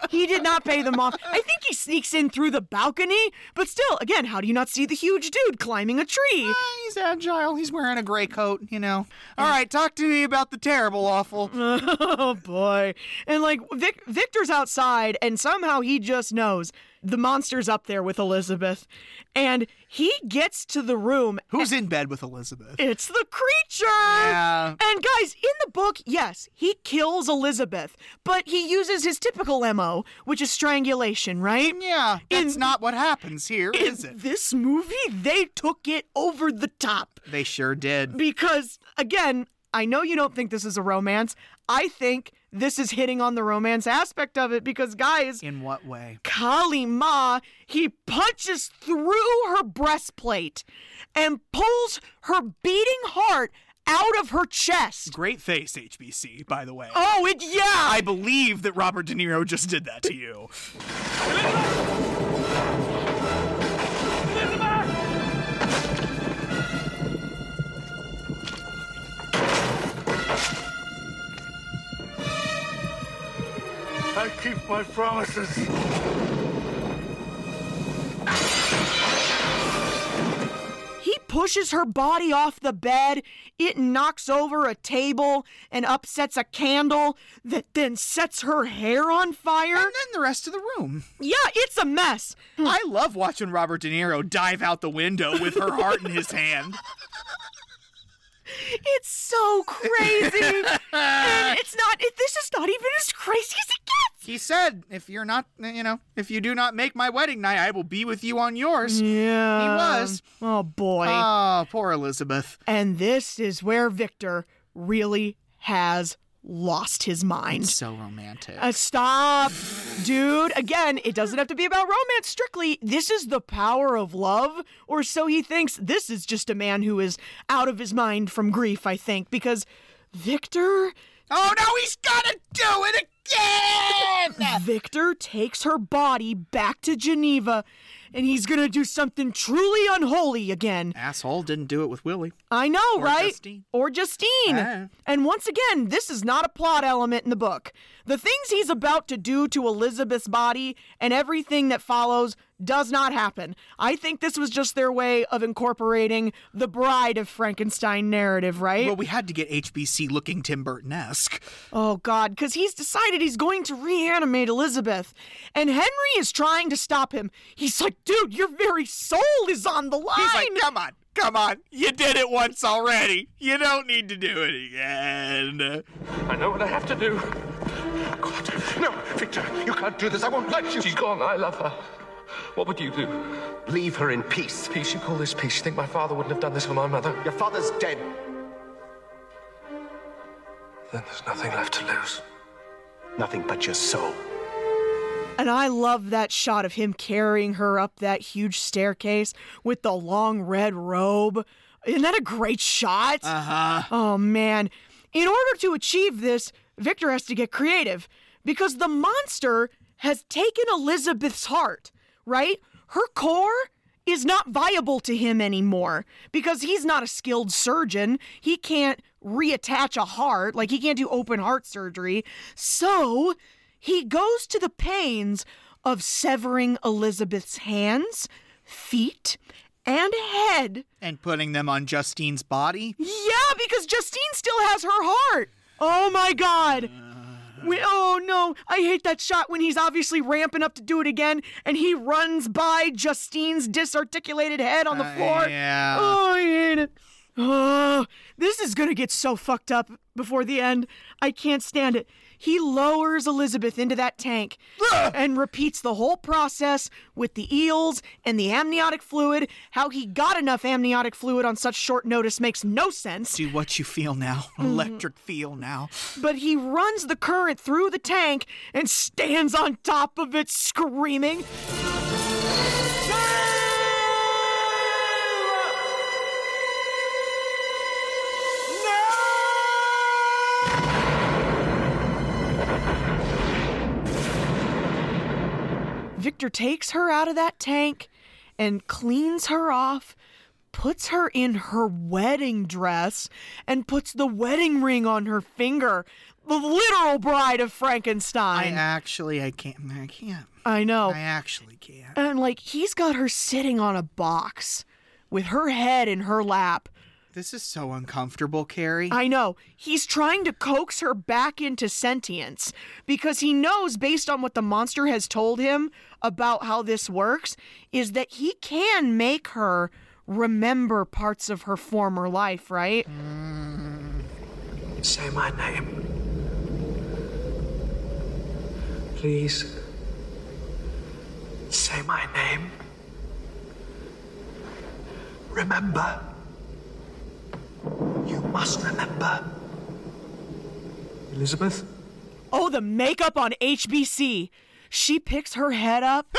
S2: he did not pay them off. I think he sneaks in through the balcony, but still, again, how do you not see the huge dude climbing a tree?
S1: He's agile. He's wearing a gray coat, you know. All right, talk to me about the terrible
S2: <laughs>
S1: awful.
S2: oh boy. And like Vic- Victor's outside and somehow he just knows the monster's up there with Elizabeth. And he gets to the room.
S1: Who's in bed with Elizabeth?
S2: It's the creature.
S1: Yeah.
S2: And guys, in the book, yes, he kills Elizabeth, but he uses his typical MO, which is strangulation, right?
S1: Yeah. That's not what happens here,
S2: in
S1: is it?
S2: This movie, they took it over the top
S1: They sure did.
S2: because again, I know you don't think this is a romance. I think this is hitting on the romance aspect of it because guys,
S1: in what way?
S2: Kali Ma, he punches through her breastplate and pulls her beating heart out of her chest.
S1: Great face, HBC, by the way.
S2: Oh, it yeah.
S1: I believe that Robert De Niro just did that to you.
S20: I keep my promises.
S2: He pushes her body off the bed. It knocks over a table and upsets a candle that then sets her hair on fire. And
S1: then the rest of the room.
S2: Yeah, it's a mess.
S1: I love watching Robert De Niro dive out the window with her heart in his hand.
S2: It's so crazy. and it's not, it, this is not even as crazy as it gets.
S1: He said, if you're not, you know, if you do not make my wedding night, I will be with you on yours.
S2: Yeah.
S1: He was.
S2: Oh, boy.
S1: Oh, poor Elizabeth.
S2: And this is where Victor really has lost his mind.
S1: It's so romantic.
S2: Uh, stop, dude. Again, it doesn't have to be about romance strictly. This is the power of love, or so he thinks. This is just a man who is out of his mind from grief, I think, because Victor.
S1: Oh no, he's gotta do it again! <laughs>
S2: Victor takes her body back to Geneva, and he's gonna do something truly unholy again.
S1: Asshole didn't do it with Willie.
S2: I know,
S1: Or
S2: right?
S1: Justine.
S2: Or Justine.
S1: Ah.
S2: And once again, this is not a plot element in the book. The things he's about to do to Elizabeth's body and everything that follows does not happen. I think this was just their way of incorporating the bride of Frankenstein narrative, right?
S1: Well, we had to get HBC looking Tim Burton esque.
S2: Oh, God, because he's decided he's going to reanimate Elizabeth. And Henry is trying to stop him. He's like, dude, your very soul is on the line.
S1: He's like, come on, come on. You did it once already. You don't need to do it again.
S12: I know what I have to do.
S15: No, Victor, you can't do this. I won't let you.
S12: She's gone. I love her. What would you do?
S13: Leave her in peace.
S12: Peace? You call this peace? You think my father wouldn't have done this for my mother?
S13: Your father's dead.
S12: Then there's nothing left to lose.
S13: Nothing but your soul.
S2: And I love that shot of him carrying her up that huge staircase with the long red robe. Isn't that a great shot? Uh huh. Oh, man. In order to achieve this, Victor has to get creative because the monster has taken Elizabeth's heart, right? Her core is not viable to him anymore because he's not a skilled surgeon. He can't reattach a heart, like, he can't do open heart surgery. So he goes to the pains of severing Elizabeth's hands, feet, and head.
S1: And putting them on Justine's body?
S2: Yeah, because Justine still has her heart. Oh my god. We, oh no, I hate that shot when he's obviously ramping up to do it again and he runs by Justine's disarticulated head on the floor.
S1: yeah.
S2: Oh, I hate it. Oh, this is going to get so fucked up before the end. I can't stand it. He lowers Elizabeth into that tank and repeats the whole process with the eels and the amniotic fluid. How he got enough amniotic fluid on such short notice makes no sense.
S1: Do what you feel now. <laughs>
S2: Mm-hmm.
S1: Electric feel now.
S2: But he runs the current through the tank and stands on top of it screaming. Victor takes her out of that tank and cleans her off, puts her in her wedding dress, and puts the wedding ring on her finger. The literal bride of
S1: I
S2: Frankenstein.
S1: actually, I can't. I can't.
S2: I know.
S1: I actually can't.
S2: And like he's got her sitting on a box with her head in her lap.
S1: This is so uncomfortable, Carrie.
S2: I know. He's trying to coax her back into sentience because he knows based on what the monster has told him about how this works is that he can make her remember parts of her former life, right?
S6: Say my name. Please. Say my name. Remember. You must remember. Elizabeth?
S2: Oh, the makeup on HBC. She picks her head up.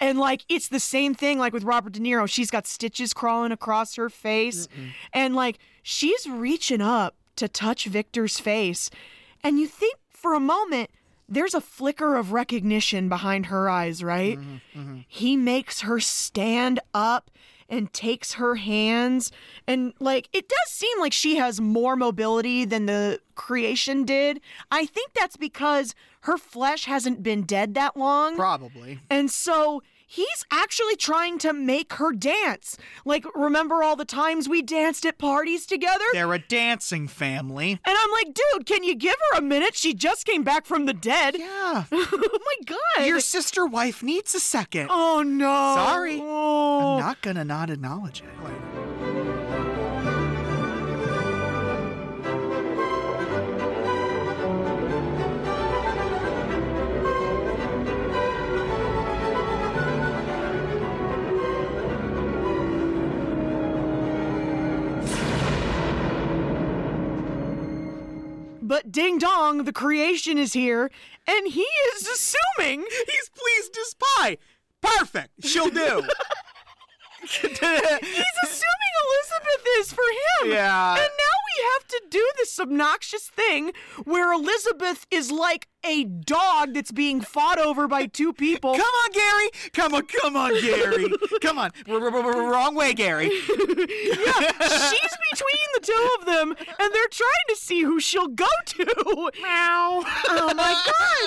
S2: And like it's the same thing like with Robert De Niro. She's got stitches crawling across her face. And like she's reaching up to touch Victor's face. And you think for a moment there's a flicker of recognition behind her eyes, right? He makes her stand up and takes her hands and like it does seem like she has more mobility than the creation did. I think that's because her flesh hasn't been dead that long.
S1: Probably.
S2: And so he's actually trying to make her dance. Like remember all the times we danced at parties together?
S1: They're a dancing family.
S2: And I'm like, dude, can you give her a minute? She just came back from the dead.
S1: Yeah.
S2: <laughs> oh my god.
S1: Your sister wife needs a second.
S2: Oh no.
S1: Sorry.
S2: Oh.
S1: I'm not gonna not acknowledge it. Like,
S6: Elizabeth?
S2: But ding dong, the creation is here, and he is
S1: <laughs>
S2: assuming
S1: he's pleased as pie. Perfect. She'll do. <laughs>
S2: He's assuming Elizabeth is for him.
S1: Yeah.
S2: And now we have to do this obnoxious thing where Elizabeth is like a dog that's being fought over by two people.
S1: Come on, Gary. Come on, come on, Gary. Come on. R- r- r- wrong way, Gary.
S2: yeah, she's between the two of them, and they're trying to see who she'll go to. Meow. Oh my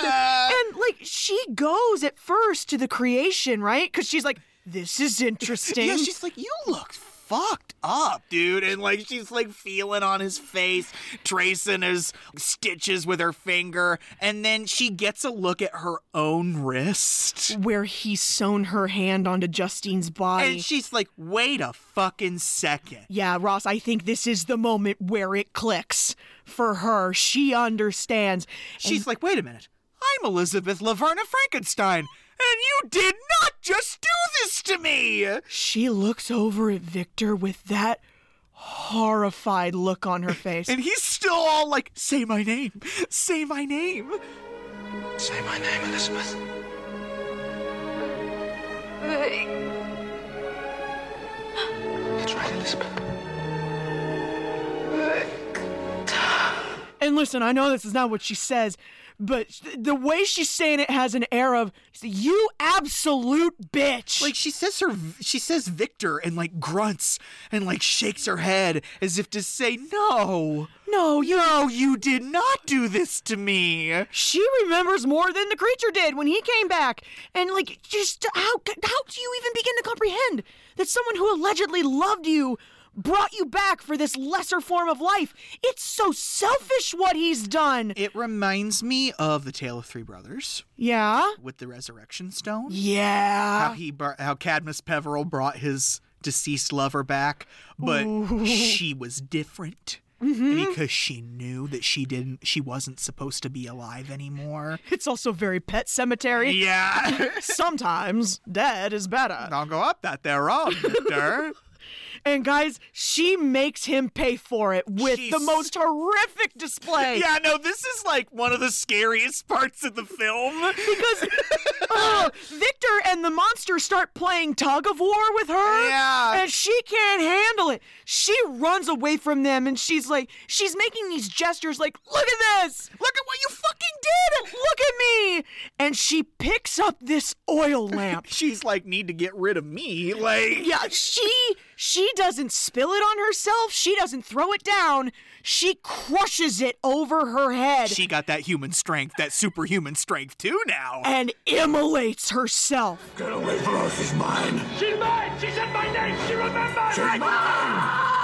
S1: <laughs>
S2: god! And like, she goes at first to the creation, right? Because she's like, "This is interesting."
S1: Yeah, she's like, you look fucked up, dude. And like she's like feeling on his face, tracing his stitches with her finger, and then she gets a look at her own wrist.
S2: where he's sewn her hand onto Justine's body.
S1: And she's like, wait a fucking second.
S2: Yeah, Ross, I think this is the moment where it clicks for her. She understands.
S1: She's like, wait a minute. I'm Elizabeth Laverna Frankenstein, and you did not just do this to me!
S2: She looks over at Victor with that horrified look on her face.
S1: And he's still all like, say my name, say my name.
S6: Say my name, Elizabeth. It's right, Elizabeth.
S2: And listen, I know this is not what she says, but sh- the way she's saying it has an air of, you absolute bitch.
S1: Like she says her she says Victor and like grunts and like shakes her head as if to say no.
S2: No,
S1: you No, you did not do this to me.
S2: She remembers more than the creature did when he came back. And like just how how do you even begin to comprehend that someone who allegedly loved you brought you back for this lesser form of life? It's so selfish what he's done.
S1: It reminds me of the Tale of Three Brothers.
S2: Yeah.
S1: With the resurrection stone.
S2: Yeah.
S1: How he br- how Cadmus Peveril brought his deceased lover back, but
S2: Ooh.
S1: she was different.
S2: Mhm.
S1: Because she knew that she didn't, she wasn't supposed to be alive
S2: <laughs>
S1: anymore.
S2: It's also very pet cemetery.
S1: Yeah.
S2: Sometimes dead is better.
S1: Don't go up that there wrong, Victor.
S2: and guys, she makes him pay for it with the
S1: Jeez.
S2: most horrific display.
S1: Yeah, no, this is like one of the scariest parts of the film. <laughs>
S2: because uh, Victor and the monster start playing tug of war with her.
S1: Yeah.
S2: And she can't handle it. She runs away from them and she's like, she's making these gestures like, look at this.
S1: Look at what you fucking
S2: did. Look at me. And she picks up this oil lamp.
S1: She's like, need to get rid of me. Like,
S2: yeah, she she doesn't spill it on herself. She doesn't throw it down. She crushes it over her head.
S1: she got that human strength, that superhuman strength too now.
S2: and immolates herself.
S18: Get away from us, she's mine.
S8: She's mine! She said my name! She remembers!
S18: She's mine!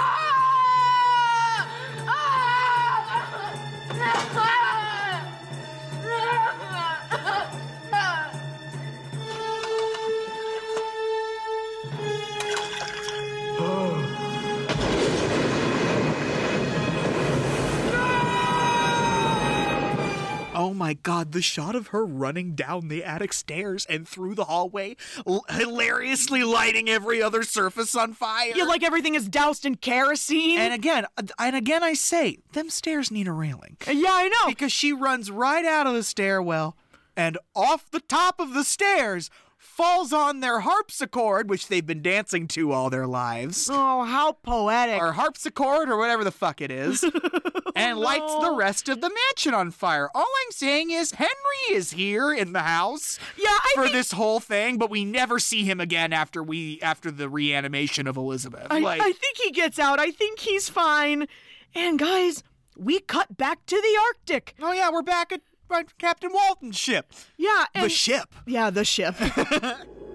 S1: Oh my god, the shot of her running down the attic stairs and through the hallway, l- hilariously lighting every other surface on fire.
S2: Yeah, like everything is doused in kerosene.
S1: and again, uh, and again, I say, them stairs need a railing.
S2: yeah, I know.
S1: Because she runs right out of the stairwell and off the top of the stairs falls on their harpsichord, which they've been dancing to all their lives.
S2: Oh, how poetic.
S1: Or harpsichord or whatever the fuck it
S2: <laughs>
S1: is.
S2: Oh,
S1: and lights the rest of the mansion on fire. All I'm saying is Henry is here in the house
S2: yeah, I
S1: for
S2: think,
S1: this whole thing, but we never see him again after we after the reanimation of Elizabeth.
S2: I,
S1: like
S2: I think he gets out. I think he's fine. And guys, we cut back to the Arctic.
S1: Oh yeah, we're back at, at Captain Walton's ship.
S2: Yeah, and
S1: the ship.
S2: Yeah,
S1: <laughs>
S2: the ship.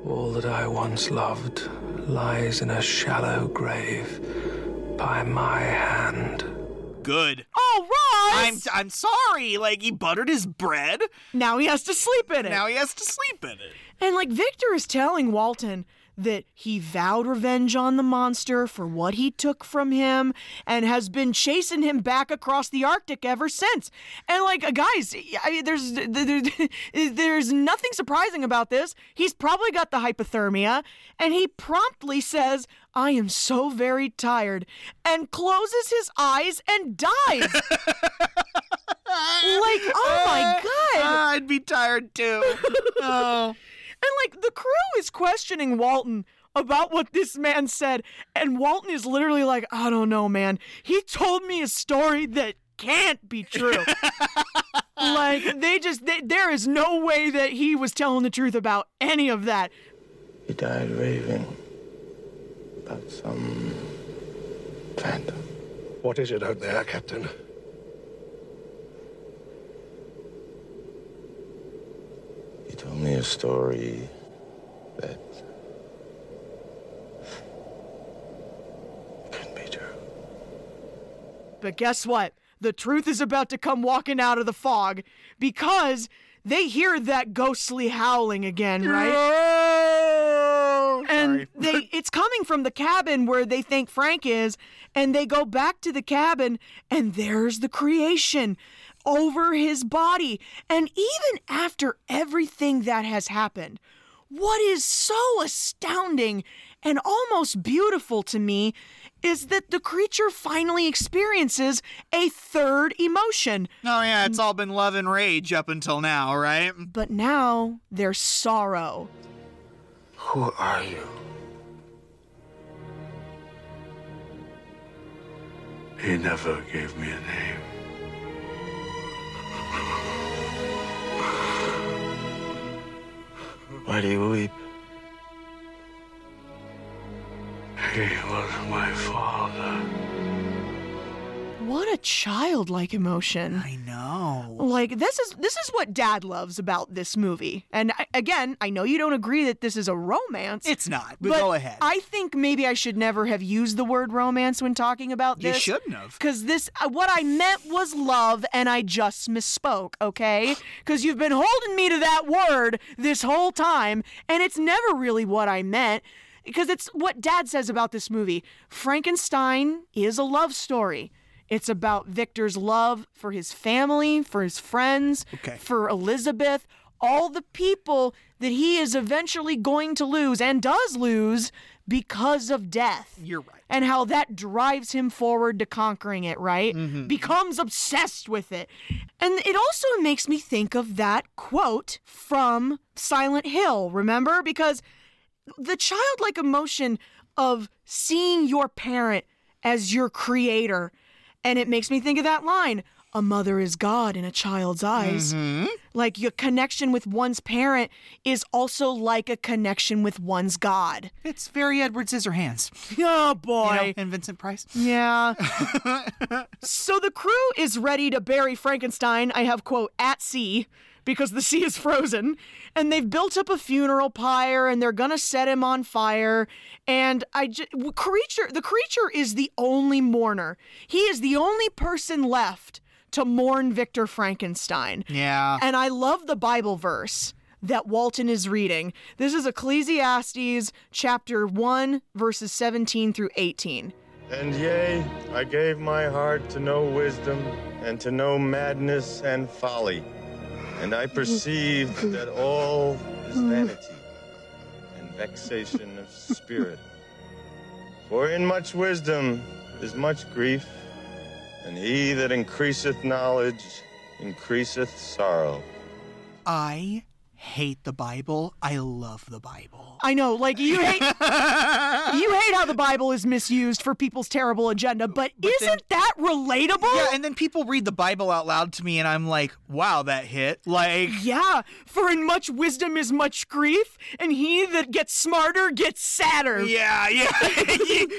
S13: All that I once loved lies in a shallow grave by my hand.
S1: Good.
S2: oh, Ross!
S1: I'm I'm sorry. Like he buttered his bread.
S2: now he has to sleep in it.
S1: Now he has to sleep in it.
S2: And like Victor is telling Walton that he vowed revenge on the monster for what he took from him and has been chasing him back across the Arctic ever since. And like uh, guys, I mean, there's there's, <laughs> there's nothing surprising about this. He's probably got the hypothermia and he promptly says, "I am so very tired." and closes his eyes and dies. oh
S1: Uh, tired
S2: <laughs>
S1: too. Oh.
S2: And like the crew is questioning Walton about what this man said, and Walton is literally like, I don't know, man. He told me a story that can't be true. like they just they, there is no way that he was telling the truth about any of that.
S10: He died raving about some phantom.
S20: What is it out there, Captain?
S10: He told me a story that couldn't be true.
S2: But guess what? The truth is about to come walking out of the fog because they hear that ghostly howling again, right? And they it's coming from the cabin where they think Frank is, and they go back to the cabin, and there's the creation over his body. And even after everything that has happened, what is so astounding and almost beautiful to me is that the creature finally experiences a third emotion.
S1: Oh, yeah, it's all been love and rage up until now, right?
S2: But now there's sorrow.
S10: Who are you?
S18: He never gave me a name.
S10: Why do you weep?
S18: He was my father.
S2: What a childlike emotion. I
S1: know.
S2: Like this is this is what dad loves about this movie. And I, again, I know you don't agree that this is a romance.
S1: It's not, but go ahead.
S2: I think maybe I should never have used the word romance when talking about
S1: You
S2: this.
S1: shouldn't have.
S2: Cuz this uh, what I meant was love and I just misspoke, okay? Cuz you've been holding me to that word this whole time and it's never really what I meant. Because it's what dad says about this movie. Frankenstein is a love story. It's about Victor's love for his family, for his friends, for Elizabeth, all the people that he is eventually going to lose and does lose because of death.
S1: You're right.
S2: And how that drives him forward to conquering it, right?
S1: Mm-hmm,
S2: Becomes obsessed with it. And it also makes me think of that quote from Silent Hill, remember? Because the childlike emotion of seeing your parent as your creator. And it makes me think of that line a mother is God in a child's eyes. Like your connection with one's parent is also like a connection with one's God.
S1: It's very Edward Scissorhands.
S2: Oh, boy.
S1: You know, and Vincent Price.
S2: Yeah. so the crew is ready to bury Frankenstein, I have quote, at sea, because the <laughs> sea is frozen. And they've built up a funeral pyre and they're going to set him on fire. And I j- w- creature, the creature is the only mourner. He is the only person left to mourn Victor Frankenstein.
S1: Yeah.
S2: And I love the Bible verse that Walton is reading. This is Ecclesiastes chapter 1, verses 17 through 18.
S21: And yea, I gave my heart to know wisdom, and to know madness and folly. And I perceived that all is vanity and vexation of spirit. For in much wisdom is much grief, and he that increaseth knowledge increaseth sorrow.
S1: I hate the Bible. I love the Bible.
S2: I know,
S1: <laughs>
S2: like you hate you hate how the Bible is misused for people's terrible agenda, but, isn't that relatable?
S1: Yeah, and then people read the Bible out loud to me, and I'm like, wow, that hit. <laughs> Like,
S2: yeah, for in much wisdom is much grief, and he that gets smarter gets sadder.
S1: Yeah, yeah, <laughs>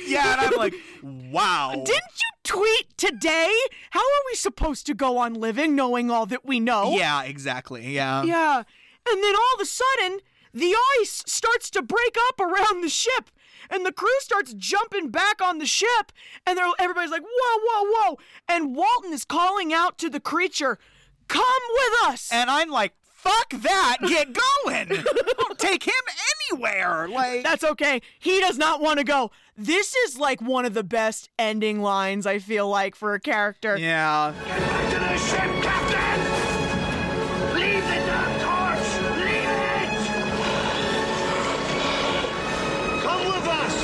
S1: yeah, and I'm like, wow.
S2: Didn't you tweet today? How are we supposed to go on living knowing all that we know?
S1: Yeah, exactly. Yeah.
S2: Yeah. And then all of a sudden, the ice starts to break up around the ship. And the crew starts jumping back on the ship. And they're, everybody's like, whoa, whoa, whoa. And Walton is calling out to the creature, come with us.
S1: And I'm like, fuck that. Get going. Don't take him anywhere. Like,
S2: That's okay. He does not want to go. This is like one of the best ending lines, I feel like, for a character.
S1: Yeah.
S2: Get back to the ship, Captain! Leave the
S20: Come with us!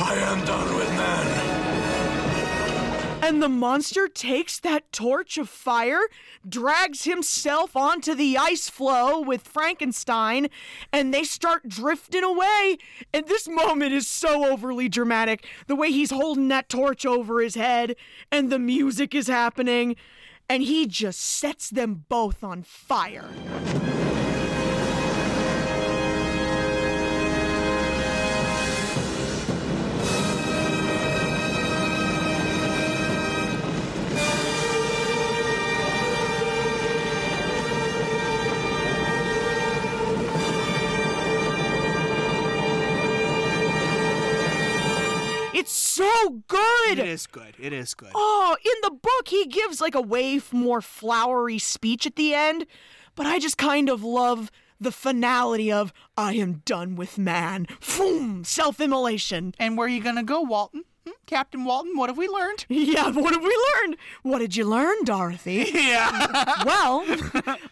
S18: I am done with man.
S2: And And the monster takes that torch of fire, drags himself onto the ice floe with Frankenstein, and they start drifting away. And this moment is so overly dramatic. The way he's holding that torch over his head, and the music is happening, and he just sets them both on fire. It's so good.
S1: It is good. It is good.
S2: Oh, in the book, he gives like a way f- more flowery speech at the end, but I just kind of love the finality of I am done with man. Foom! Self immolation.
S1: And where are you going to go, Walton? Hmm? Captain Walton, what have we learned?
S2: <laughs> Yeah, what have we learned? What did you learn, Dorothy?
S1: <laughs> <laughs> Yeah.
S2: well,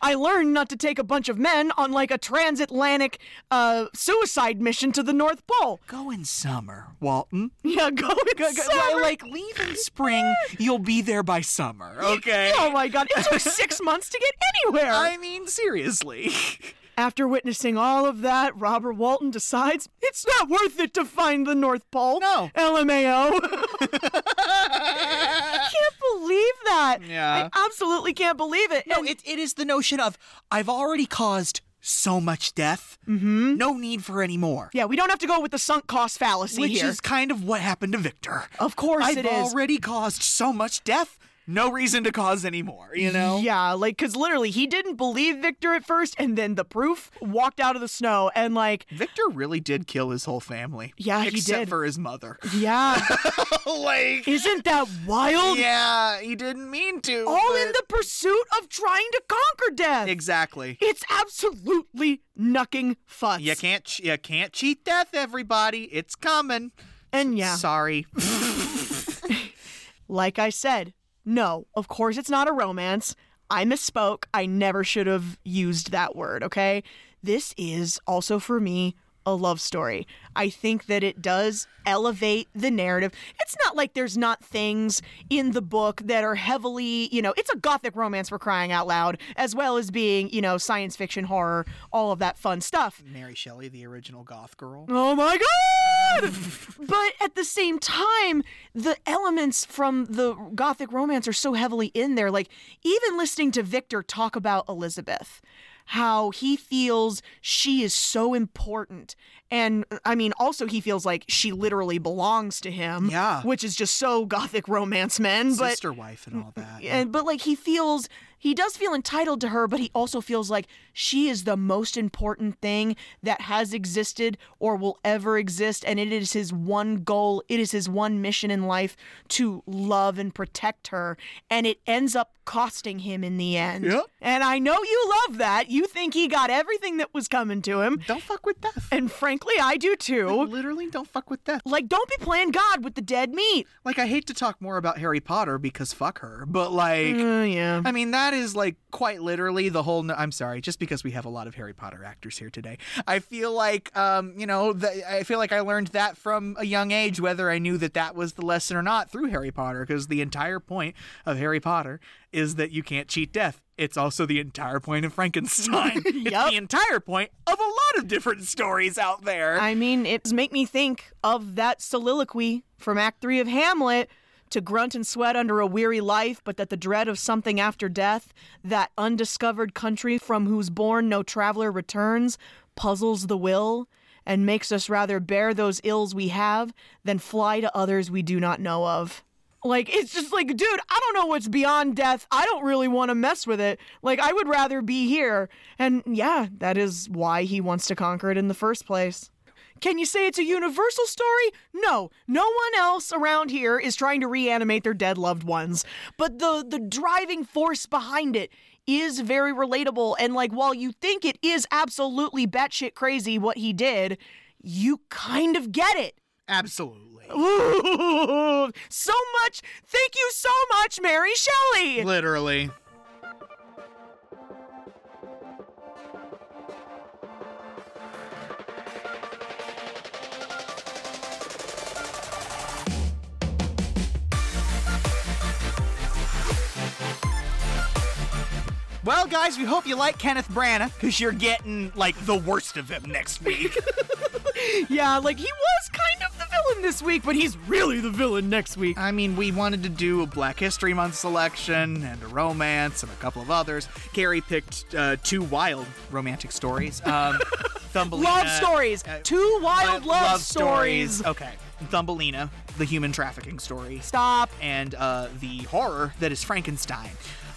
S2: I learned not to take a bunch of men on like a transatlantic uh, suicide mission to the North Pole.
S1: Go in summer, Walton.
S2: Yeah, go
S1: Go-
S2: in
S1: go- <laughs>
S2: summer.
S1: like, leave in spring. You'll be there by <laughs> summer, okay?
S2: Oh my god, it took six months to get anywhere.
S1: I mean, <laughs> seriously.
S2: After witnessing all of that, Robert Walton decides it's not worth it to find the North Pole. No. <laughs> LMAO. can't believe that.
S1: Yeah.
S2: I absolutely can't believe it.
S1: No, it, it is the notion of I've already caused so much death, no need for any more.
S2: Yeah, we don't have to go with the sunk cost fallacy
S1: Which
S2: here.
S1: is kind of what happened to Victor.
S2: Of course
S1: I've
S2: it is.
S1: already caused so much death, no reason to cause any more, you know?
S2: Yeah, like, because literally he didn't believe Victor at first, and then the proof walked out of the snow, and like,
S1: Victor really did kill his whole family.
S2: Yeah, he
S1: Except
S2: did.
S1: for his mother.
S2: <laughs> yeah.
S1: <laughs> like,
S2: Isn't that wild?
S1: yeah, he didn't mean to.
S2: All in
S1: but-
S2: the pursuit of trying to conquer death.
S1: Exactly.
S2: It's absolutely knucking fuss.
S1: You can't ch- you can't cheat death, everybody. It's coming.
S2: And yeah.
S1: Sorry.
S2: Like I said, no, of course it's not a romance. I misspoke. I never should have used that word, okay? This is also for me a love story. I think that it does elevate the narrative. It's not like there's not things in the book that are heavily, you know, it's a gothic romance for crying out loud, as well as being, you know, science fiction, horror, all of that fun stuff.
S1: Mary Shelley, the original goth girl.
S2: Oh my god! <laughs> but at the same time, the elements from the gothic romance are so heavily in there. Like even listening to Victor talk about Elizabeth, how he feels she is so important. And I mean, also he feels like she literally belongs to him.
S1: Yeah.
S2: Which is just so gothic romance men. <laughs> But
S1: Sister wife and all that.
S2: and but like he feels he does feel entitled to her but he also feels like she is the most important thing that has existed or will ever exist and it is his one goal it is his one mission in life to love and protect her and it ends up costing him in the end
S1: Yep.
S2: and i know you love that you think he got everything that was coming to him
S1: Don't fuck with death.
S2: and frankly i
S1: <laughs>
S2: do too
S1: Literally, don't fuck with death.
S2: like don't be playing god with the dead meat
S1: Like, I hate to talk more about Harry Potter because fuck her, but like,
S2: Oh yeah
S1: I mean, that is like quite literally the whole. No- I'm sorry, just because we have a lot of Harry Potter actors here today. I feel like, um, you know, th- I feel like I learned that from a young age, whether I knew that that was the lesson or not through Harry Potter, because the entire point of Harry Potter is that you can't cheat death. It's also the entire point of Frankenstein. It's the entire point of a lot of different stories out there.
S2: I mean, it's make me think of that soliloquy from Act Three of Hamlet to grunt and sweat under a weary life, but that the dread of something after death, that undiscovered country from whose bourne no traveler returns, puzzles the will and makes us rather bear those ills we have than fly to others we do not know of. Like, it's just like, dude, I don't know what's beyond death. I don't really want to mess with it. Like, I would rather be here. And yeah, that is why he wants to conquer it in the first place. Can you say it's a universal story? No, no one else around here is trying to reanimate their dead loved ones. But the the driving force behind it is very relatable and like while you think it is absolutely batshit crazy what he did, you kind of get it.
S1: Absolutely.
S2: Ooh, <laughs> so much. Thank you so much, Mary Shelley.
S1: Literally. Well, guys, we hope you like Kenneth Branagh because you're getting like the worst of him next week.
S2: yeah, like he was kind of the villain this week, but he's really the villain next week.
S1: I mean, we wanted to do a Black History Month selection and a romance and a couple of others. Gary picked uh, two wild romantic stories.
S2: <laughs>
S1: Um, Thumbelina.
S2: Love stories. Two wild
S1: Lo-
S2: love stories.
S1: Okay. Thumbelina, the human trafficking story.
S2: Stop.
S1: And uh, the horror that is Frankenstein.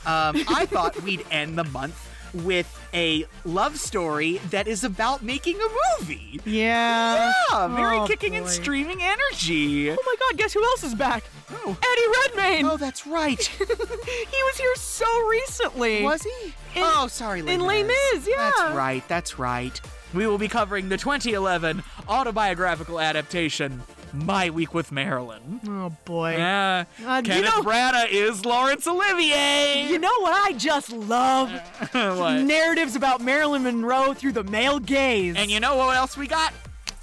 S1: Um, I
S2: <laughs>
S1: thought we'd end the month with a love story that is about making a movie.
S2: Yeah.
S1: Yeah, Mary
S2: Oh,
S1: Kicking and
S2: boy.
S1: Streaming Energy.
S2: Oh my god, guess who else is back? Eddie Redmayne!
S1: Oh, that's right.
S2: <laughs> he was here so recently.
S1: Was he?
S2: In-
S1: oh, sorry, Les
S2: in Les Mis, yeah.
S1: That's right, that's right. We will be covering the 2011 autobiographical adaptation, My Week with Marilyn.
S2: Oh boy.
S1: Yeah.
S2: Uh, you
S1: Kenneth
S2: know-
S1: Branagh is Laurence Olivier.
S2: <laughs> You know what I just love?
S1: <laughs> What?
S2: Narratives about Marilyn Monroe through the male gaze.
S1: and you know what else we got?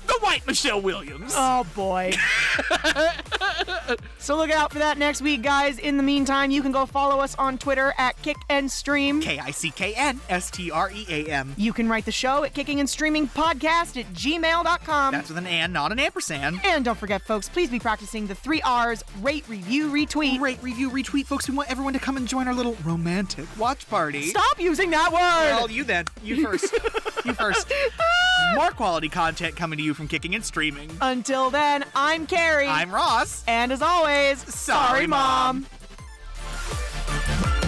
S1: The white Michelle Williams.
S2: Oh
S1: <laughs>
S2: boy. so look out for that next week, guys. In the meantime, you can go follow us on Twitter at Kick and Stream.
S1: K I C K N S T R E A M.
S2: You can write the show at kicking and streaming podcast at gmail.com.
S1: That's with an and, not an ampersand.
S2: and don't forget, folks, please be practicing the three R's rate, review, retweet.
S1: Rate, review, retweet, folks. We want everyone to come and join our little romantic watch party.
S2: Stop using that word.
S1: Well, you then. You first. you first. More quality content coming to you from Kicking and Streaming.
S2: Until then, I'm Carrie.
S1: I'm Ross.
S2: and as always,
S1: Sorry, Mom.
S2: Mom.